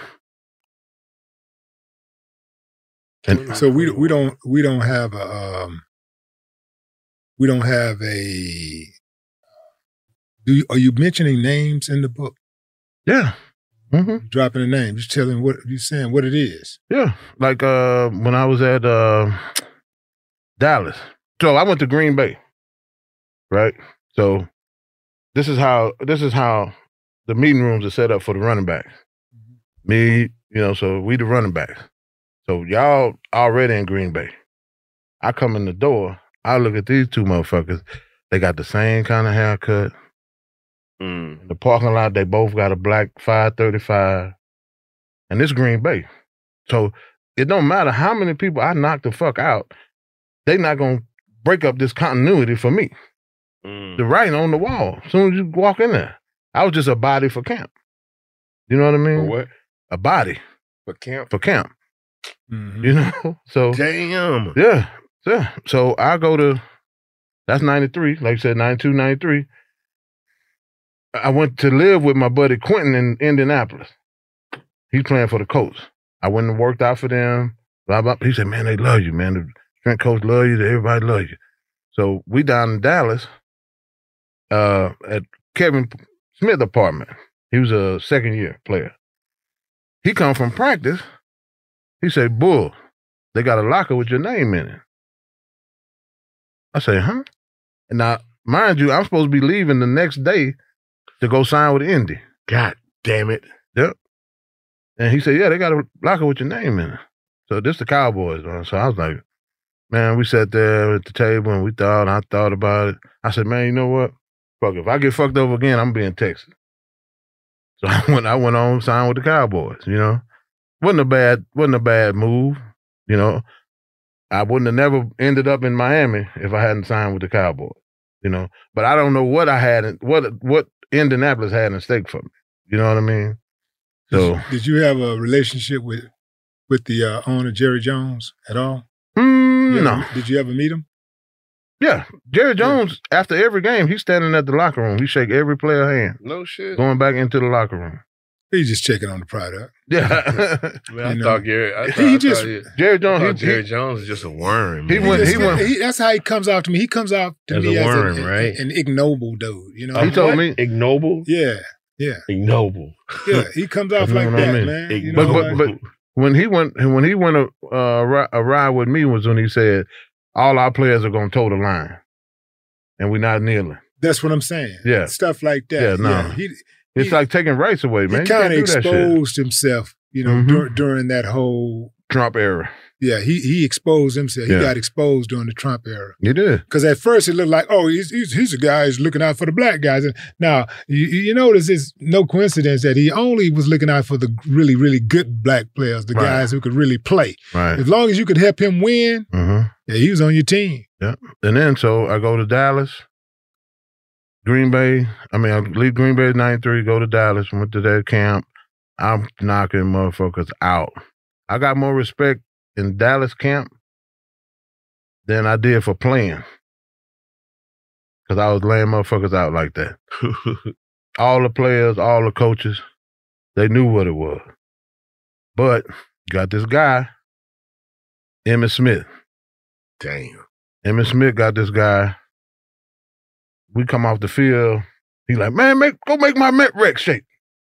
S1: so we we don't we don't have a um, we don't have a. Do you, are you mentioning names in the book?
S3: Yeah. Mm-hmm.
S1: Dropping a name, just telling what you're saying, what it is.
S3: Yeah, like uh, when I was at uh, Dallas. So I went to Green Bay, right? So this is how this is how the meeting rooms are set up for the running backs. Me, you know, so we the running backs. So y'all already in Green Bay. I come in the door. I look at these two motherfuckers. They got the same kind of haircut. In the parking lot, they both got a black 535. And this Green Bay. So it don't matter how many people I knock the fuck out, they not gonna break up this continuity for me. The writing on the wall. As soon as you walk in there. I was just a body for camp. You know what I mean?
S2: what?
S3: A body
S2: For camp.
S3: for camp. You know? So
S2: Damn.
S3: Yeah. Yeah. So I go to that's 93, like you said, 92, 93. I went to live with my buddy Quentin in Indianapolis. He's playing for the Colts. I went and worked out for them. Blah blah. He said, "Man, they love you, man. The Strength coach love you. Everybody love you. So we down in Dallas uh, at Kevin Smith apartment. He was a second year player. He come from practice. He said, "Bull, they got a locker with your name in it." I say, "Huh?" And now, mind you, I'm supposed to be leaving the next day to go sign with Indy. God damn it! Yep. And he said, "Yeah, they got a locker with your name in it." So this the Cowboys. Man. So I was like, "Man, we sat there at the table and we thought. And I thought about it. I said, man, you know what? Fuck, it. if I get fucked over again, I'm being Texas." So I went. I went on signed with the Cowboys. You know, wasn't a bad wasn't a bad move. You know, I wouldn't have never ended up in Miami if I hadn't signed with the Cowboys. You know, but I don't know what I had in, what what Indianapolis had in stake for me. You know what I mean? So
S1: Did you have a relationship with with the uh, owner Jerry Jones at all?
S3: Mm, no.
S1: Did you ever meet him?
S3: yeah, Jerry Jones after every game he's standing at the locker room. He shake every player hand.
S1: No shit.
S3: Going back into the locker room.
S1: He's just checking on the product.
S3: Yeah.
S2: I
S1: You know?
S2: thought Gary. I
S1: He
S2: thought, I
S1: just-
S2: thought he-
S3: Jerry
S2: I
S3: Jones,
S2: thought
S3: he-
S2: Jerry
S3: he-
S2: Jones is just a worm.
S3: He
S2: man.
S3: went-
S1: That's
S3: he
S1: good.
S3: went-
S1: He- that's how he comes off to me. He comes off to
S2: As
S1: me
S2: a
S1: as
S2: worm,
S1: an,
S2: right?
S1: an ignoble dude. You know,
S2: He told me-
S1: ignoble. Yeah, yeah,
S2: ignoble.
S1: yeah. He comes off
S3: You
S1: like
S3: know what I
S1: that,
S3: mean?
S1: man. you
S3: But,
S1: know,
S3: but,
S1: like-
S3: but when he went when he went a, uh, ri- a ride with me was when he said all our players are going to toe the line, and we're not kneeling.
S1: that's what I'm saying.
S3: Yeah.
S1: stuff like that.
S3: Yeah, no.
S1: he
S3: It's like taking rights away, man.
S1: he
S3: You can't
S1: kind of
S3: do that shit. Mm-hmm.
S1: exposed himself. You know, dur- during that whole
S3: Trump era.
S1: Yeah, he he exposed himself.
S3: Yeah.
S1: He got exposed during the Trump era.
S3: You did.
S1: Because at first it looked like, oh, he's, he's, he's a guy who's looking out for the black guys. And now, you, you notice it's no coincidence that he only was looking out for the really, really good black players, the
S3: Right.
S1: guys who could really play.
S3: Right.
S1: As long as you could help him win,
S3: Mhm.
S1: yeah, he was on your team.
S3: Yeah. And then so I go to Dallas, Green Bay. I mean, I leave Green Bay ninety three, go to Dallas, went to that camp. I'm knocking motherfuckers out. I got more respect in Dallas camp than I did for playing. Cause I was laying motherfuckers out like that. all the players, all the coaches, they knew what it was. But got this guy, Emmett Smith. Damn. Emmett Smith got this guy. We come off the field. He like, man, make go make my mint Rex shake.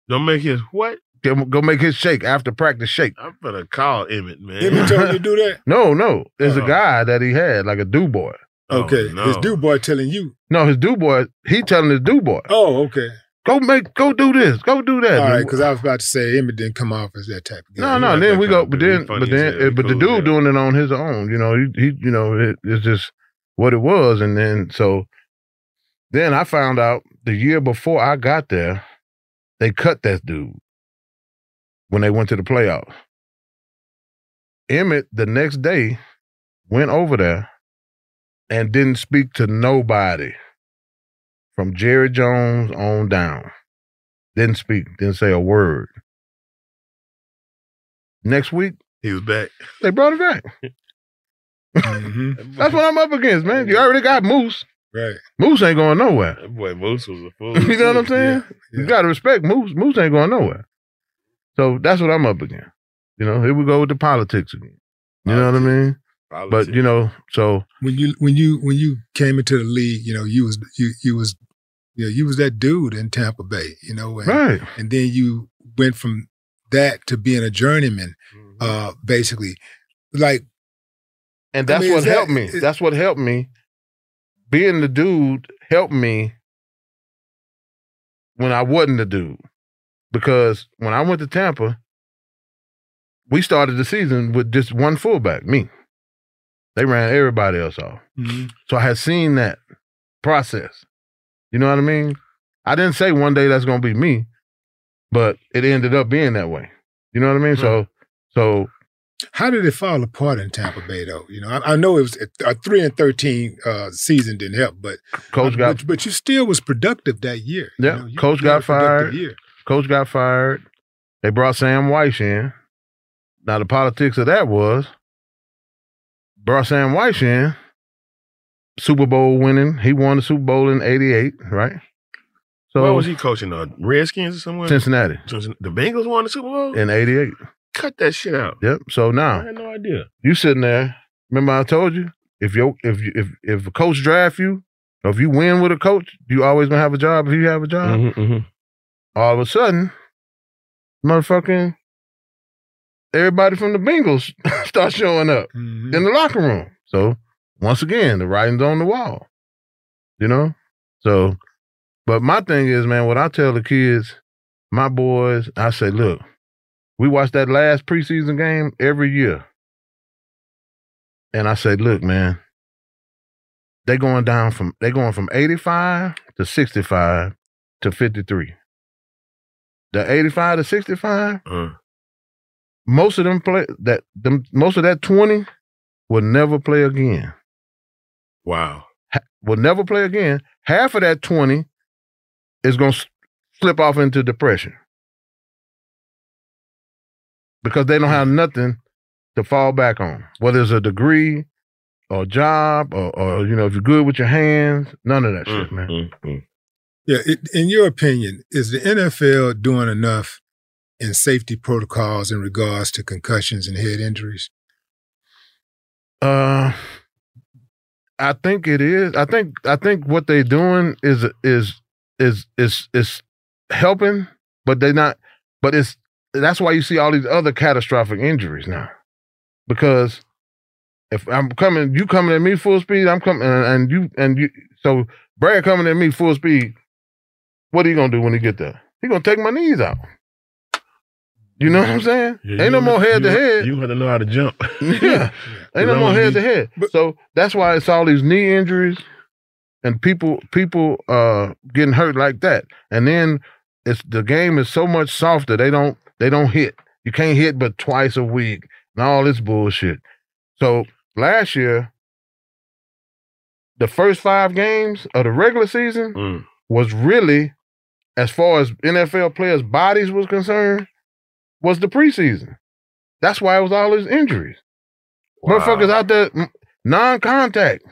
S3: Don't make his what? Go go make his shake after practice shake.
S2: I'm gonna call Emmett, man.
S1: do that?
S3: No, no. There's a guy that he had, like a do boy.
S1: Okay,
S3: Oh. no.
S1: this dude boy telling you,
S3: No, his do boy, he telling his do boy,
S1: oh, okay.
S3: go make, go do this, go do that.
S1: All right, because I was about to say Emmett didn't come off as that type of
S3: No,
S1: guy.
S3: no. Then we go, but then, but then, but the dude doing it on his own. You know, he, he you know, it, it's just what it was. And then so, then I found out the year before I got there, they cut that dude when they went to the playoffs. Emmett the next day went over there and didn't speak to nobody from Jerry Jones on down. Didn't speak, didn't say a word. Next week,
S2: he was back.
S3: They brought it back. That's what I'm up against, man. You already got Moose.
S1: Mm-hmm, Right.
S3: Moose ain't going nowhere.
S2: That boy Moose was a fool.
S3: you know what I'm saying? You got to respect Moose. Moose ain't going nowhere. So that's what I'm up against. You know, here we go with the politics again. You know what I mean? But you know, so
S1: when you when you when you came into the league, you know, you was you you was you know, you was that dude in Tampa Bay, you know, and,
S3: Right.
S1: and then you went from that to being a journeyman, uh, basically. Like
S3: And
S1: I
S3: that's
S1: mean,
S3: what
S1: is that-
S3: helped me.
S1: is-
S3: that's what helped me. Being the dude helped me when I wasn't the dude. Because when I went to Tampa, we started the season with just one fullback, me. They ran everybody else off.
S1: Mm-hmm.
S3: So I had seen that process. You know what I mean? I didn't say one day that's gonna be me, but it ended up being that way. You know what I mean? So so
S1: how did it fall apart in Tampa Bay though? You know, I, I know it was a, a three and thirteen uh season didn't help, but uh,
S3: Coach got-
S1: but, but you still was productive that year. you
S3: Yeah,
S1: know, you-
S3: coach
S1: you had
S3: got
S1: a productive
S3: fired.
S1: year.
S3: Coach got fired. They brought Sam Weiss in. Now the politics of that was brought Sam Weiss in. Super Bowl winning. He won the Super Bowl in '88, right? So
S2: Where was he coaching? The Redskins or somewhere?
S3: Cincinnati.
S2: Cincinnati. The Bengals won the Super Bowl.
S3: in '88.
S2: Cut that shit out.
S3: Yep. So
S2: I
S3: now
S2: had no idea.
S3: you sitting there Remember I told you if your if you, if if a coach draft you, or if you win with a coach, you always gonna have a job. If you have a job, all of a sudden, motherfucking everybody from the Bengals start showing up in the locker room. So once again, the writing's on the wall. You know, so but my thing is, man, what I tell the kids, my boys, I say, look, we watch that last preseason game every year. And I say, look, man, they going down from they going from 85 to 65 to 53. The 85 to 65, most of them play that them most of that 20 will never play again. Wow. will never play again. Half of that 20 is going to slip off into depression because they don't have nothing to fall back on, whether it's a degree or job or, or you know, if you're good with your hands, none of that shit, man.
S1: Yeah, it, in your opinion, is the NFL doing enough in safety protocols in regards to concussions and head injuries?
S3: Uh, I think it is. I think I think what they're doing is is is is is helping, but they're not. But it's that's why you see all these other catastrophic injuries now, because if I'm coming, you coming at me full speed, I'm coming, and, and you and you. So Brad coming at me full speed. What are you gonna do when he get there? He gonna take my knees out. You know what I'm saying?
S2: Yeah,
S3: Ain't no
S2: you-
S3: more head to
S2: you-
S3: head.
S2: You had to know how to jump.
S3: Yeah. Ain't no
S2: You know,
S3: more
S2: you-
S3: head to head. So that's why it's all these knee injuries and people people uh getting hurt like that. And then it's the game is so much softer. They don't they don't hit. You can't hit but twice a week and all this bullshit. So last year, the first five games of the regular season was really, as far as NFL players' bodies was concerned, was the preseason. That's why it was all these injuries. Motherfuckers out there mm, non-contact.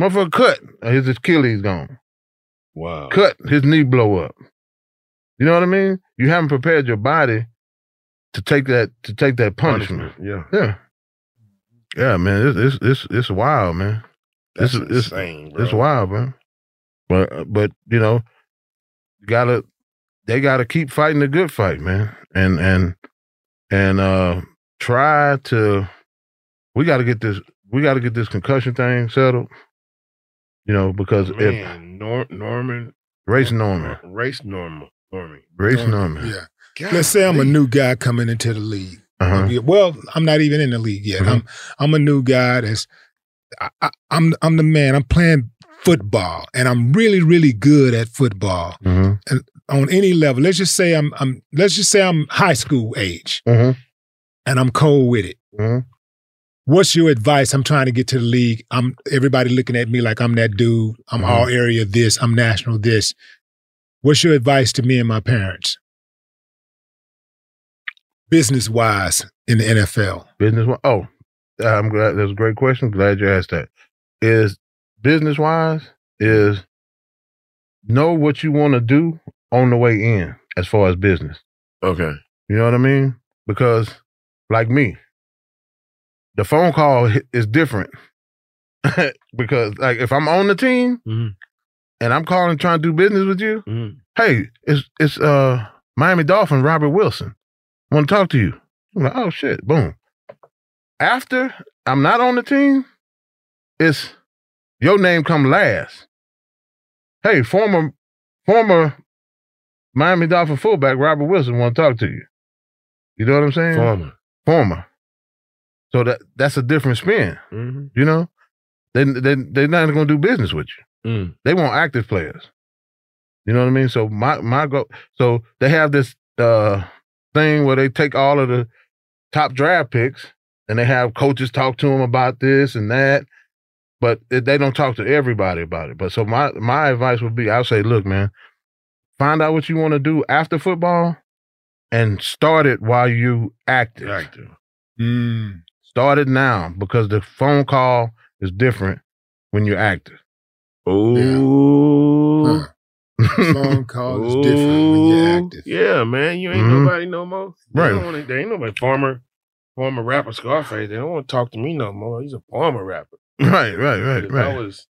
S3: Motherfucker cut. uh, His Achilles gone. Wow. Cut. His knee blow up. You know what I mean? You haven't prepared your body to take that to take that punishment.
S2: Yeah.
S3: Yeah. Yeah, man. It's it's it's, it's wild, man.
S2: That's
S3: it's, it's-
S2: insane,
S3: it's,
S2: bro.
S3: wild, man. But uh, but you know, you gotta they gotta keep fighting the good fight, man. And and and uh try to we gotta get this we gotta get this concussion thing settled. You know, because if
S2: Man, Nor- Norman, uh,
S3: race Norman.
S2: race normal, Norman.
S3: Race Norman.
S1: Yeah. Let's say I'm a new guy coming into the league. Yeah, Well, I'm not even in the league yet. I'm I'm a new guy. That's I, I, I'm I'm the man. I'm playing football, and I'm really really good at football. And on any level, let's just say I'm I'm let's just say I'm high school age, and I'm cold with it. What's your advice? I'm trying to get to the league. I'm everybody looking at me like I'm that dude. I'm all area this. I'm national this. What's your advice to me and my parents? business wise in the NFL?
S3: Business wise, oh, I'm glad. That's a great question. Glad you asked that. Is business wise is know what you want to do on the way in as far as business. Okay. You know what I mean? Because like me, the phone call hi- is different because like if I'm on the team and I'm calling trying to do business with you, hey, it's it's uh Miami Dolphin Robert Wilson. want to talk to you. I'm like, oh shit, boom. After I'm not on the team, it's your name come last. Hey, former former Miami Dolphin fullback Robert Wilson want to talk to you. You know what I'm saying?
S2: Former.
S3: Former. So that that's a different spin.
S1: Mm-hmm.
S3: You know, they they they're not going to do business with you. They want active players. You know what I mean? So my my go. So they have this uh thing where they take all of the top draft picks and they have coaches talk to them about this and that, but it, they don't talk to everybody about it. But so my my advice would be, I'll say, look, man, find out what you want to do after football, and start it while you active. Active. Mm, Start it now because the phone call is different when you're active. Oh.
S1: Phone call is different when you're active.
S2: Yeah, man. You ain't
S3: Mhm.
S2: nobody no more.
S3: Right.
S2: You don't wanna- there ain't nobody. Farmer. former rapper Scarface. They don't want to talk to me no more. He's a former rapper.
S3: Right, right, right,
S2: I
S3: right.
S2: was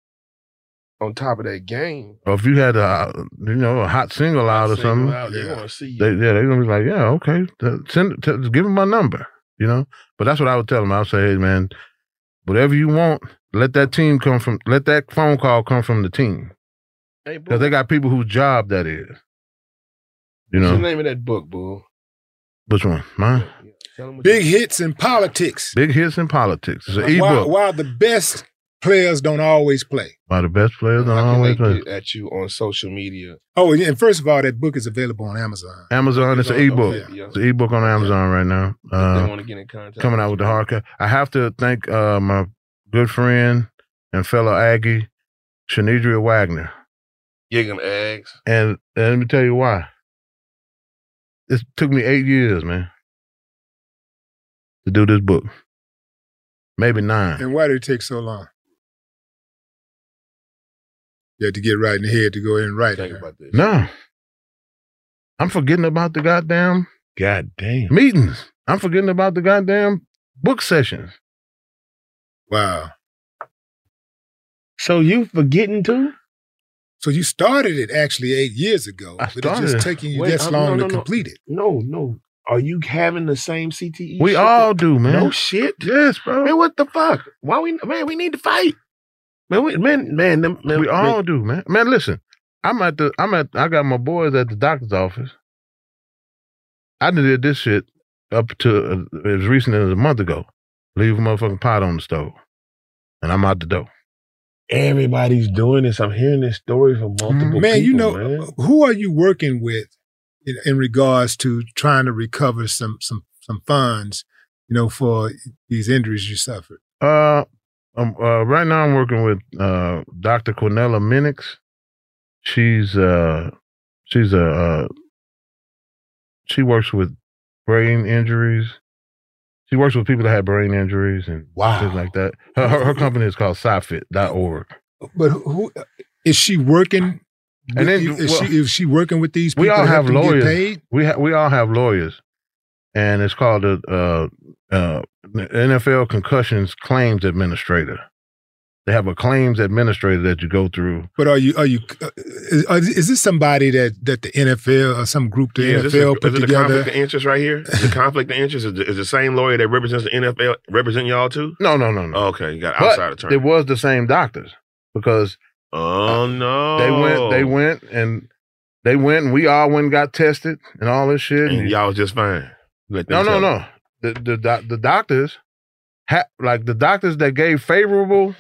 S2: on top of that game.
S3: Or if you had a uh, you know a hot single out or
S2: single
S3: something,
S2: out, they wanna see you.
S3: They, yeah, they're gonna be like, yeah, okay, th- send, t- give them my number, you know. But that's what I would tell them. I would say, hey, man, whatever you want, let that team come from, let that phone call come from the team,
S2: Hey, Bull,
S3: because they got people whose job that is. You
S2: what's the
S3: know
S2: name of that book, Bull?
S3: which one? Mine.
S1: Big hits in politics.
S3: Big hits in politics. It's an
S1: Why- While,
S3: ebook.
S1: the best players don't always play.
S3: By the best players on always play.
S2: Get at you on social media.
S1: Oh, and first of all, that book is available on Amazon.
S3: Amazon. It's an ebook.
S1: Okay,
S3: It's an ebook on Amazon right now.
S1: they
S3: Uh,
S1: wanna get in contact
S3: coming out with the hardcover. I have to thank uh, my good friend and fellow Aggie, Shanidria Wagner.
S2: Gigging eggs.
S3: And, and let me tell you why. It took me eight years, man, to do this book. Maybe nine.
S1: And why did it take so long? You had to get right in the head to go in and write. Think about
S2: this.
S3: No. I'm forgetting about the goddamn
S2: goddamn
S3: meetings. I'm forgetting about the goddamn book sessions.
S1: Wow.
S2: So you forgetting too?
S1: So you started it actually eight years ago,
S3: I
S1: but it's
S3: started it.
S1: just taking you
S2: Wait,
S1: this
S2: I'm-
S1: long
S2: no,
S1: to
S2: no, no.
S1: complete it.
S2: No, no. Are you having the same CTE?
S3: We
S2: shit?
S3: all do, man.
S2: No shit.
S3: Yes, bro.
S2: Man, what the fuck? Why we man? We need to fight. Man, we, man, man, them- man,
S3: we all
S2: man,
S3: do, man. Man, listen, I'm at the, I'm at, I got my boys at the doctor's office. I done did this shit up to uh, as recent as a month ago. Leave a motherfucking pot on the stove, and I'm out the door.
S2: Everybody's doing this. I'm hearing this story from multiple
S1: Man, you
S2: people,
S1: know,
S2: man.
S1: who are you working with in, in regards to trying to recover some some some funds, you know, for these injuries you suffered?
S3: Uh, um, uh, right now I'm working with uh Dr. Cornella Minix. She's uh, she's a uh, she works with brain injuries. She works with people that have brain injuries and things like that. Her, her, her company is called SciFit.org.
S1: But who is she working? With,
S3: And then-
S1: you? is,
S3: well,
S1: she, is she working with these people?
S3: we all
S1: to help
S3: have
S1: them get
S3: lawyers.
S1: paid?
S3: We ha- we all have lawyers, and it's called the uh, uh, NFL Concussions Claims Administrator. They have a claims administrator that you go through.
S1: But are you are you uh, is, are- is this somebody that that the NFL or some group the
S2: Yeah, is this
S1: NFL
S2: a-
S1: put
S2: is it a conflict
S1: together?
S2: of interest right here? Is the conflict of interest is the, is the same lawyer that represents the NFL represent y'all too? Oh,
S3: No, no, no, no.
S2: Okay, you got outside
S3: but
S2: attorney.
S3: it was the same doctors because uh,
S2: oh no,
S3: they went, they went, and they went, and we all went and got tested and all this shit.
S2: and y'all was just fine. Let
S3: no,
S2: them
S3: no,
S2: tell
S3: no. The the doc- the doctors, ha- like the doctors that gave favorable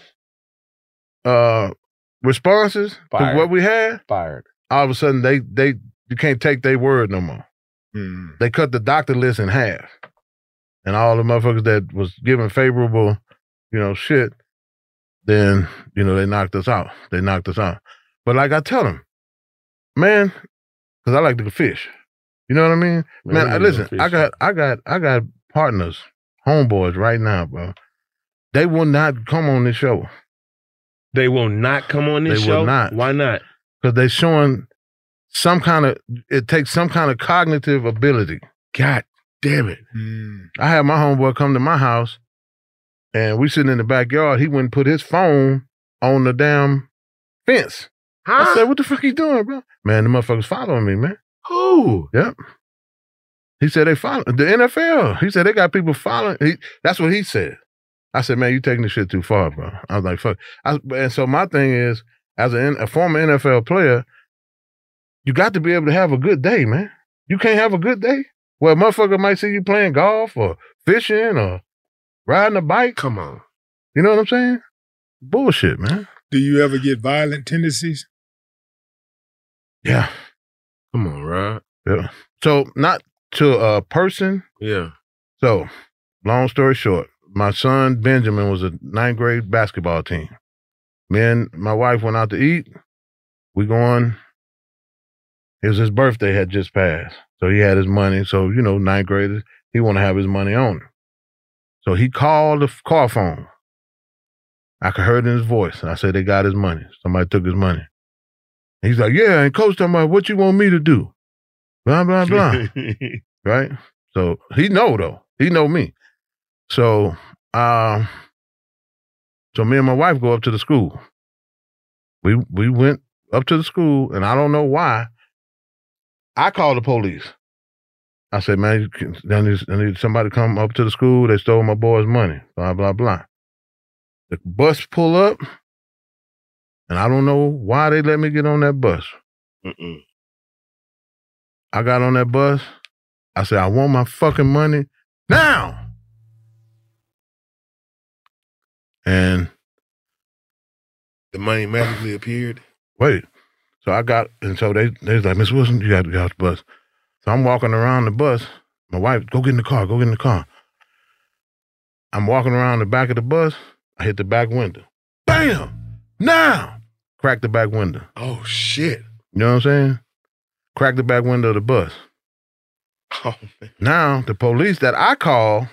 S3: uh responses
S2: Fired.
S3: to what we had,
S2: Fired.
S3: all of a sudden they they you can't take their word no more.
S2: Mm-hmm.
S3: They cut the doctor list in half, and all the motherfuckers that was giving favorable, you know, shit, then you know they knocked us out. They knocked us out. But like I tell them, man, because I like to fish. You know what I mean? Man,
S2: Man, we
S3: I,
S2: need to
S3: listen,
S2: fish.
S3: I got, I got, I got partners, homeboys right now, bro. They will not come on this show.
S2: They will not come on this
S3: They
S2: show.
S3: will not.
S2: Why not?
S3: because they showing some kind of it takes some kind of cognitive ability. God damn it! I had my homeboy come to my house, and we sitting in the backyard. He wouldn't put his phone on the damn fence. I said, "What the fuck you doing, bro?" Man, the motherfuckers following me, man.
S2: Who?
S3: Yep. He said they follow the NFL. He said they got people following. He, that's what he said. I said, man, you taking this shit too far, bro. I was like, fuck. I, and so my thing is, as a, a former NFL player, you got to be able to have a good day, man. You can't have a good day. Well, motherfucker might see you playing golf or fishing or riding a bike.
S2: Come on.
S3: You know what I'm saying? Bullshit, man.
S1: Do you ever get violent tendencies?
S3: Yeah.
S2: Come on, Rod.
S3: Yeah. So not to a person.
S2: Yeah.
S3: So, long story short, my son Benjamin was a ninth grade basketball team. Me and my wife went out to eat. We going. It was his birthday had just passed, so he had his money. So you know, ninth graders, he want to have his money on him. So he called the f- car phone. I could hear it in his voice, and I said, "They got his money. Somebody took his money." And he's like, "Yeah." And coach talking about what you want me to do, blah blah blah. right? So he know though. He know me. So, um, so me and my wife go up to the school. We we went up to the school, and I don't know why. I called the police. I said, man, you can- I need, I need somebody to come up to the school. They stole my boy's money. Blah blah blah. The bus pull up, and I don't know why they let me get on that bus. I got on that bus. I said, I want my fucking money now. And
S2: The money magically appeared.
S3: wait. So I got, and so they they was like, Miss Wilson, you got to get off the bus. So I'm walking around the bus. My wife, go get in the car, go get in the car. I'm walking around the back of the bus. I hit the back window. Bam! Now! Crack the back window.
S2: Oh shit!
S3: You know what I'm saying? Crack the back window of the bus.
S2: Oh
S3: Now the police that I call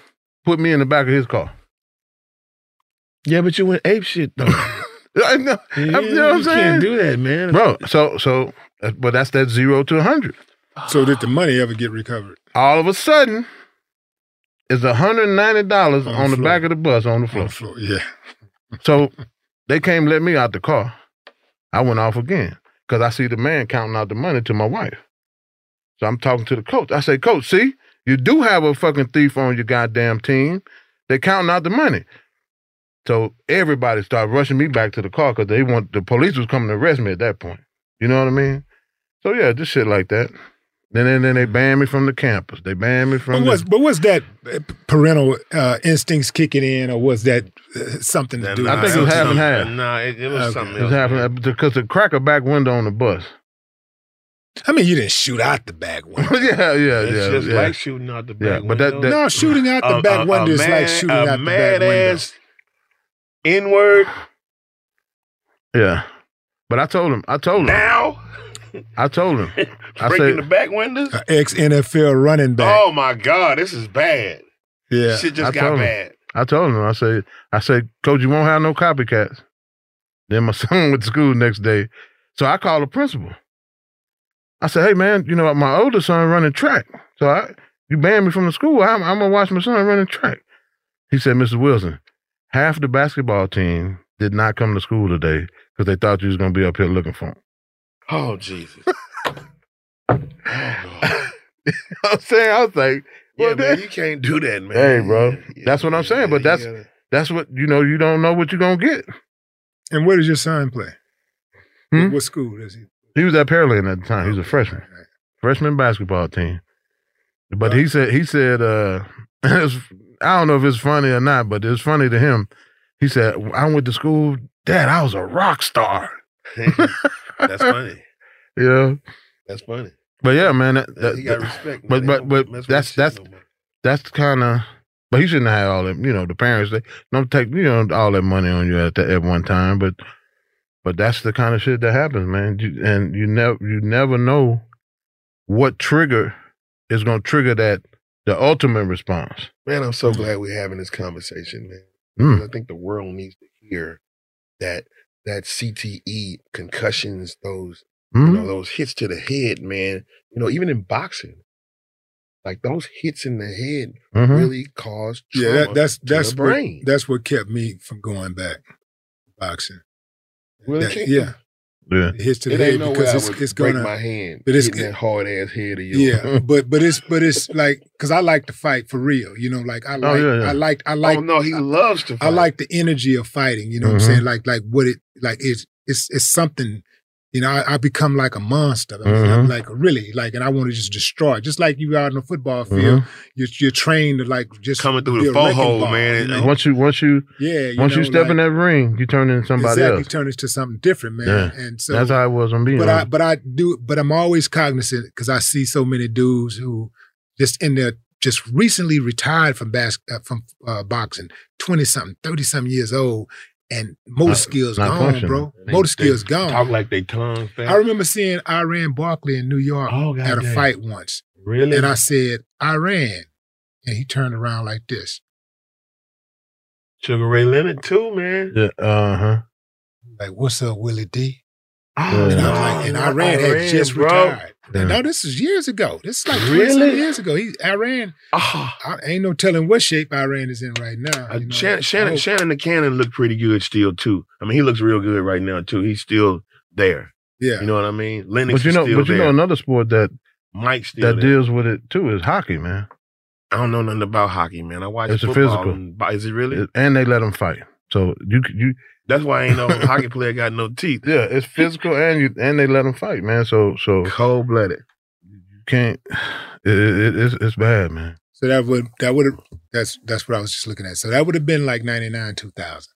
S3: put me in the back of his car.
S2: Yeah, but you went ape shit though.
S3: I know.
S2: Yeah,
S3: you know what I'm
S2: you
S3: saying?
S2: can't do that, man.
S3: Bro, so so uh, but that's that zero to a hundred.
S1: So did the money ever get recovered?
S3: All of a sudden, it's hundred and ninety dollars on, the back of the bus on the floor.
S1: yeah.
S3: so they came let me out the car. I went off again. Cause I see the man counting out the money to my wife. So I'm talking to the coach. I say, Coach, see, you do have a fucking thief on your goddamn team. They counting out the money. So everybody started rushing me back to the car because they want the police was coming to arrest me at that point. You know what I mean? So yeah, just shit like that. Then then, then they banned me from the campus. They banned me from
S1: But
S3: the-
S1: was but was that uh, parental uh, instincts kicking in, or was that uh, something to do?
S3: I think it was half and half. Okay. It was half and half because Uh, the cracker back window on the bus.
S1: I mean, you didn't shoot out the back window.
S3: yeah, yeah,
S2: It's
S3: yeah.
S2: just
S3: yeah.
S2: like shooting out the
S3: Yeah,
S2: back
S3: but that-
S2: window.
S3: that- No, shooting out the back window is like shooting out the
S2: a
S3: back
S2: mad
S3: window.
S2: ass inward.
S3: Yeah. But I told him. I told him.
S2: Now?
S3: I told him. I
S2: breaking
S3: said,
S2: the back windows.
S3: Uh,
S1: Ex NFL running back.
S2: Oh my god, this is bad.
S1: yeah.
S2: shit just
S3: I
S2: got
S3: told him.
S2: bad.
S3: I told him. I said, I said, Coach, you won't have no copycats. Then my son went to school the next day, so I called the principal. I said, Hey man, you know my older son running track, so I you banned me from the school. I'm, I'm gonna watch my son running track. He said, Mr. Wilson, half the basketball team did not come to school today because they thought you was gonna be up here looking for him.
S2: Oh Jesus.
S3: I'm saying, I was like,
S2: Yeah, man, you can't do that, man.
S3: Hey, bro, that's what I'm saying. but that's that's what you know. You don't know what you're gonna get.
S1: And where does your son play?
S3: Hmm?
S1: What school is he?
S3: He was at Pearland at the time. He was a freshman, freshman basketball team. But he said he said uh, it's, I don't know if it's funny or not, but it's funny to him. He said I went to school, Dad. I was a rock star.
S2: That's funny.
S3: Yeah,
S2: That's funny.
S3: but yeah, man. That,
S2: Yeah,
S3: that,
S2: he got respect,
S3: But but
S2: man. They don't
S3: but that's that's that's kind of. But he shouldn't have had all that. You know, the parents they don't take you know all that money on you at that, at one time. But but that's the kind of shit that happens, man. You, and you never you never know what trigger is going to trigger that the ultimate response.
S2: Man, I'm
S1: Mm.
S2: so glad we're having this conversation, man.
S3: Mm.
S2: Because I think the world needs to hear that that CTE concussions, those
S3: Mhm.
S2: you
S1: Mm.
S2: know, those hits to the head, man. You know, even in boxing, like those hits in the head
S1: Mhm.
S2: really cause trauma
S1: Yeah, that, that's that's
S2: to the
S1: what,
S2: brain.
S1: that's what kept me from going back boxing.
S2: Really
S1: That-
S2: can't-
S1: yeah,
S3: Yeah.
S1: It hits to the
S2: It ain't
S1: head
S2: no way
S1: because
S2: I
S1: it's,
S2: would
S1: it's
S2: break
S1: gonna
S2: my hand
S1: but it's
S2: hitting that hard ass head of yours.
S1: yeah, but but it's but it's like because I like to fight for real, you know. Like I like
S2: yeah, yeah.
S1: I like I
S2: Oh,
S1: like.
S2: no, he
S1: I-
S2: loves to
S1: I
S2: fight.
S1: like the energy of fighting. You know what
S2: Mhm.
S1: I'm saying? Like like what it like it's it's it's something. You know, I, I become like a monster. I mean, I'm
S2: Mhm.
S1: like really like, and I want to just destroy. Just like you out in the football field,
S3: Mhm.
S1: you're you're trained to like just coming
S2: Mm-hmm. through the
S1: hole,
S3: Once you once you
S1: Yeah, you
S3: once you
S1: know,
S3: step in
S1: like-
S3: that ring, you turn into somebody
S1: exactly
S3: else.
S1: turn it to something different, man.
S3: Yeah.
S1: And so
S3: that's how it was on being.
S1: but I but I do but I'm always cognizant because I see so many dudes who just in their just recently retired from bas- uh, from uh, boxing, twenty something, thirty something years old, and motor
S2: Not-
S1: skills
S2: not
S1: gone,
S2: functioning.
S1: bro.
S2: They-
S1: motor
S2: they
S1: skills gone.
S2: Talk like they tongue.
S1: I remember seeing Iran Barkley in New York at a
S2: Oh, goddamn.
S1: fight once.
S2: Really?
S1: And I said, Iran. And he turned around like this.
S2: Sugar Ray Leonard too, man.
S3: uh huh.
S1: Like, what's up, Willie D?
S3: Ah,
S1: And, I was like, and Iran had
S2: Oh, Iran,
S1: just
S2: bro.
S1: retired.
S2: Yeah.
S1: And no, this is years ago. This is like 20
S2: Really? Ah.
S1: some years ago. He Iran. I ain't no telling what shape Iran is in right now.
S2: Uh, Shannon,
S1: Oh.
S2: Shannon, Shannon the Cannon looked pretty good still too. I mean, he looks real good right now too. He's still there.
S1: Yeah,
S2: you know what I mean. Lennox
S3: but you
S2: is
S3: know,
S2: still
S3: but you
S2: there.
S3: know, another sport that
S2: Mike's still
S3: that
S2: there.
S3: deals with it too is hockey, man.
S2: I don't know nothing about hockey, man. I watch
S3: It's a
S2: football
S3: physical.
S2: and bo- is it really?
S3: And they let them fight, so you c- you
S2: That's why ain't no hockey player got no teeth.
S3: Yeah, it's physical and you and they let them fight, man. So so
S2: cold blooded.
S3: You can't. It, it, it's it's bad, man.
S1: So that would that would have that's that's what I was just looking at. So that would have been like ninety nine two thousand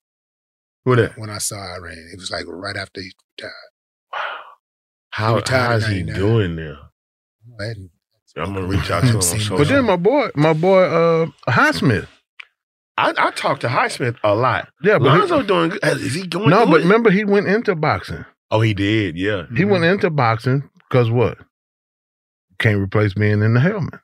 S2: Who that?
S1: when I saw Iran. It was like right after he retired.
S2: How,
S1: retired
S2: how
S1: in
S2: is he
S1: 99.
S2: doing there?
S1: I hadn't-
S2: I'm gonna reach out to him. on
S3: But
S2: social.
S3: then my boy, my boy, uh, Highsmith.
S2: I, I talk to Highsmith a lot.
S3: Yeah, but he-
S2: Lonzo doing good. Is he going?
S3: No,
S2: through
S3: but
S2: it?
S3: remember he went into boxing.
S2: oh, he did. Yeah, Mm-hmm.
S3: He went into boxing because what? Can't replace being in the helmet.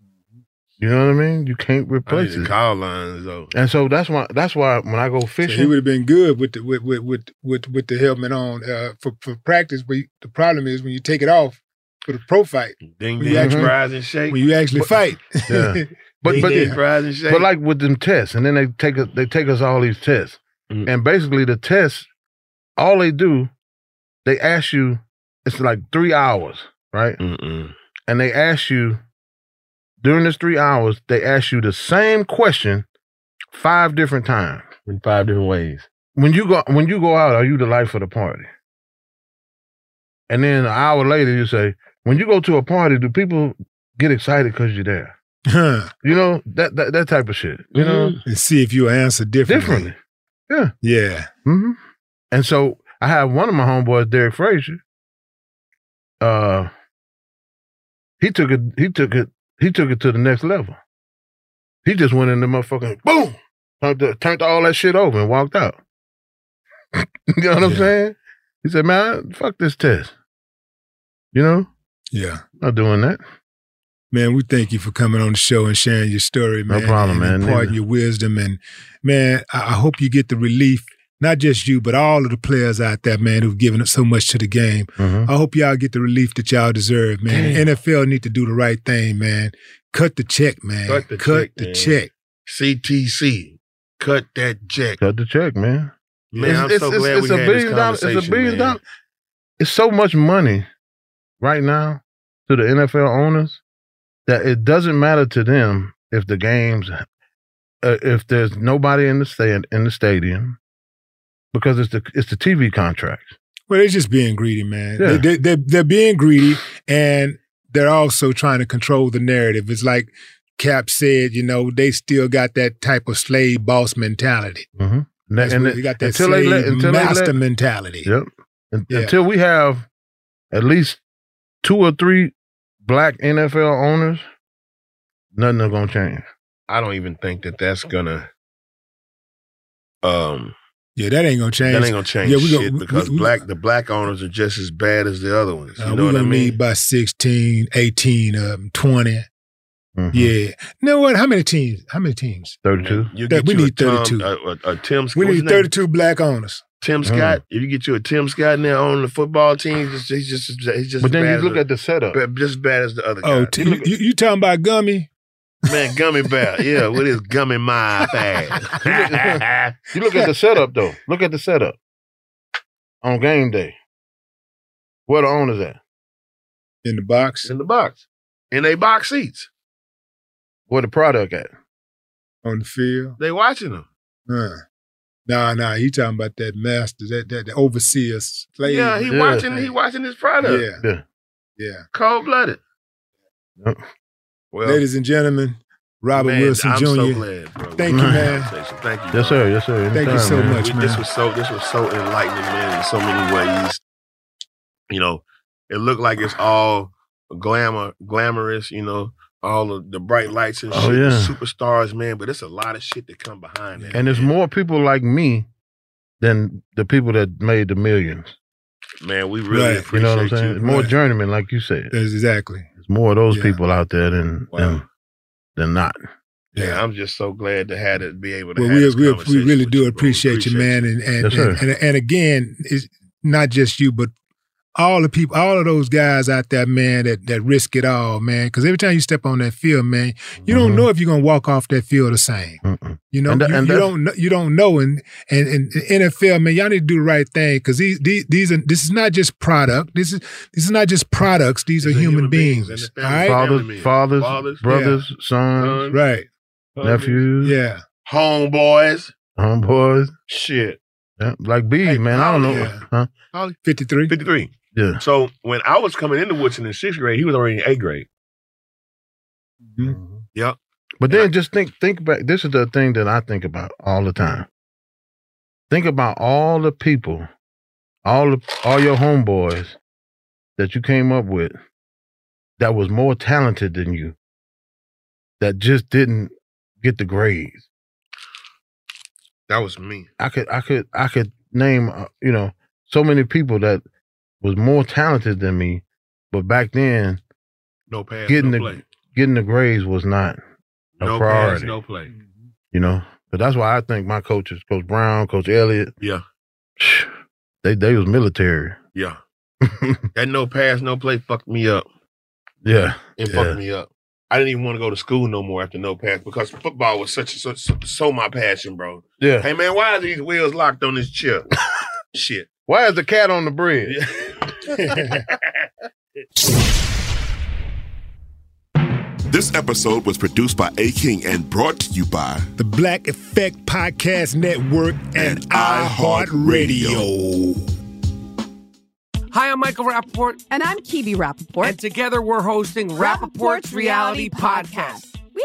S2: Mm-hmm.
S3: You know what I mean? You can't
S2: I need
S3: replace
S2: to
S3: it.
S2: call Lonzo.
S3: And so that's why that's why when I go
S1: So
S3: fishing,
S1: he would have been good with the with with with with, with the helmet on uh, for for practice. But you- the problem is when you take it off for the pro fight.
S2: Ding
S1: When you
S2: ding,
S1: actually-
S3: Mm-hmm.
S2: rise and shake.
S1: when you actually fight.
S3: yeah. But
S2: Ding,
S3: but,
S2: ding, rise and shake.
S3: but like with them tests, and then they take us they take us all these tests,
S2: Mm.
S3: and basically the tests, all they do, they ask you, it's like three hours, right? And they ask you during this three hours, they ask you the same question five different times
S2: in five different ways.
S3: When you go when you go out, are you the life of the party? And then an hour later, you say, when you go to a party, do people get excited because you're there? You know that that, that type of shit. You know.
S1: Mm-hmm. and see if you answer differently.
S3: Differently. Yeah.
S1: Yeah.
S3: hmm And so I have one of my homeboys, Derek Frazier. Uh, he took it. He took it. He took it to the next level. He just went in the motherfucking boom, turned, the- turned all that shit over and walked out. you know what I'm saying? He said, "Man, fuck this test." You know,
S1: Yeah.
S3: not doing that.
S1: Man, we thank you for coming on the show and sharing your story,
S3: No
S1: man.
S3: problem,
S1: and
S3: man.
S1: Imparting
S3: Neither.
S1: your wisdom. And, man, I, I hope you get the relief, not just you, but all of the players out there, man, who've given up so much to the game.
S3: Mhm.
S1: I hope y'all get the relief that y'all deserve, man.
S2: Damn.
S1: The NFL need to do the right thing, man. Cut the check, man.
S2: Cut the
S1: Cut
S2: check,
S1: the
S2: man.
S1: check.
S2: CTC, cut that check.
S3: Cut the check, man.
S2: Man, I'm so glad we had this
S3: billion dollar- It's a
S2: conversation,
S3: billion
S2: man.
S3: dollar- It's so much money right now to the NFL owners that it doesn't matter to them if the games, uh, if there's nobody in the stand in the stadium, because it's the it's the TV contract.
S1: Well, they're just being greedy, man.
S3: Yeah.
S1: They, they, are they're being greedy, and they're also trying to control the narrative. It's like Cap said, you know, they still got that type of slave boss mentality.
S3: Mm-hmm.
S1: That's
S3: and
S1: what-
S3: it-
S1: they got that
S3: until they
S1: slave
S3: let- until they
S1: master
S3: let-
S1: mentality.
S3: Yep. Un-
S1: Yeah.
S3: Until we have at least two or three black NFL owners, nothing is gonna change.
S2: I don't even think that that's gonna. Um,
S1: Yeah, that ain't gonna change.
S2: that ain't gonna change
S1: Yeah,
S2: shit
S1: gonna-
S2: because black the black owners are just as bad as the other ones. You
S1: Uh,
S2: know
S1: we're
S2: what I
S1: gonna
S2: mean?
S1: need by 16, 18, um, 20. Yeah. You know what? How many teams? How many teams?
S3: Thirty-two.
S2: You
S1: That-
S2: get
S1: we
S2: you a
S1: need
S2: Tom-
S1: 32.
S2: A, a, a Tim.
S1: We
S2: what's his
S1: need
S2: name?
S1: 32 black owners. Uh-huh.
S2: Tim Scott. If you get you a Tim Scott in there on the football team, he's just he's just he's just.
S1: But
S2: as
S1: then
S2: bad
S1: you
S2: as
S1: look at
S3: the setup.
S2: ba- Just as bad as the other guy.
S1: Oh, t- you, you, you talking about Gummy?
S2: man, gummy bear. Yeah, with his gummy my ass.
S3: You look at the setup though. Look at the setup on game day. Where the owners at?
S1: In the box.
S2: In the box. In they box seats.
S3: Where the product at?
S1: On the field.
S2: They watching them.
S1: Huh. Nah, nah, you talking about that master, that that the overseer slave.
S2: Yeah, he watching. He watching his product.
S1: Yeah.
S3: Yeah.
S1: Yeah.
S2: Cold blooded. Well,
S1: Ladies and gentlemen, Robert
S2: man,
S1: Wilson
S2: I'm
S1: Jr.
S2: so glad, bro.
S1: Thank you, man.
S2: Thank you.
S3: Yes,
S2: bro.
S3: sir. Yes, sir.
S1: Thank you
S3: Anytime,
S1: so
S3: man.
S1: much,
S2: We- This was so. This was so enlightening, man. In so many ways. You know, it looked like it's all glamour, glamorous. You know, all of the bright lights and
S3: Oh,
S2: shit, the
S3: yeah.
S2: superstars, man. But it's a lot of shit that come behind that.
S3: And there's more people like me than the people that made the millions.
S2: Man, we really
S3: You
S2: appreciate
S3: know what I'm saying?
S2: you.
S3: More journeymen, like you said.
S1: exactly.
S3: There's more of those people out there than than, than not.
S2: Yeah, I'm just so glad to have it, be able to
S1: Well,
S2: have
S1: we
S2: this
S1: we, we
S2: conversation.
S1: really do appreciate you, man, and and,
S3: Yes, sir.
S1: and and again, it's, not just you, but all the people, all of those guys out there, man, that that risk it all, man. Because every time you step on that field, man, you don't know if you're gonna walk off that field the same. You know,
S3: Mm-hmm. And tha-
S1: you,
S3: and
S1: you
S3: that's-
S1: don't know, you don't know, and and and the NFL, man, y'all need to do the right thing because these, these these are this is not just product. This is this is not just products. These, are, human, beings. all right?
S3: Fathers, fathers, brothers, sons,
S1: right,
S3: nephews,
S1: yeah,
S2: homeboys,
S3: homeboys,
S2: shit,
S3: yeah, like B, man. I don't know,
S2: yeah.
S3: huh?
S1: 53.
S2: 53.
S3: Yeah.
S2: So when I was coming into Woodson in sixth grade, he was already in eighth grade. Yep.
S3: But then just think think back. This is the thing that I think about all the time. Think about all the people, all the, all your homeboys that you came up with that was more talented than you that just didn't get the grades.
S2: That was me.
S3: I could I could I could name uh, you know so many people that was more talented than me, but back then
S2: No pass,
S3: getting
S2: no
S3: the
S2: play.
S3: getting the grades was not a
S2: no
S3: priority.
S2: pass, no play.
S3: You know, but that's why I think my coaches, Coach Brown, Coach Elliott,
S2: Yeah.
S3: they they was military.
S2: Yeah. that no pass, no play fucked me up.
S3: Yeah,
S2: It
S3: yeah.
S2: fucked me up. I didn't even want to go to school no more after no pass because football was such so, so, so my passion, bro.
S3: Yeah.
S2: Hey man, why are these wheels locked on this chair? Shit.
S3: Why is the cat on the bridge?
S4: This episode was produced by A King and brought to you by
S1: The Black Effect Podcast Network and iHeartRadio.
S8: Hi, I'm Michael Rappaport.
S7: And I'm Kibi Rappaport.
S8: And together we're hosting Rappaport's, Reality Podcast.
S7: We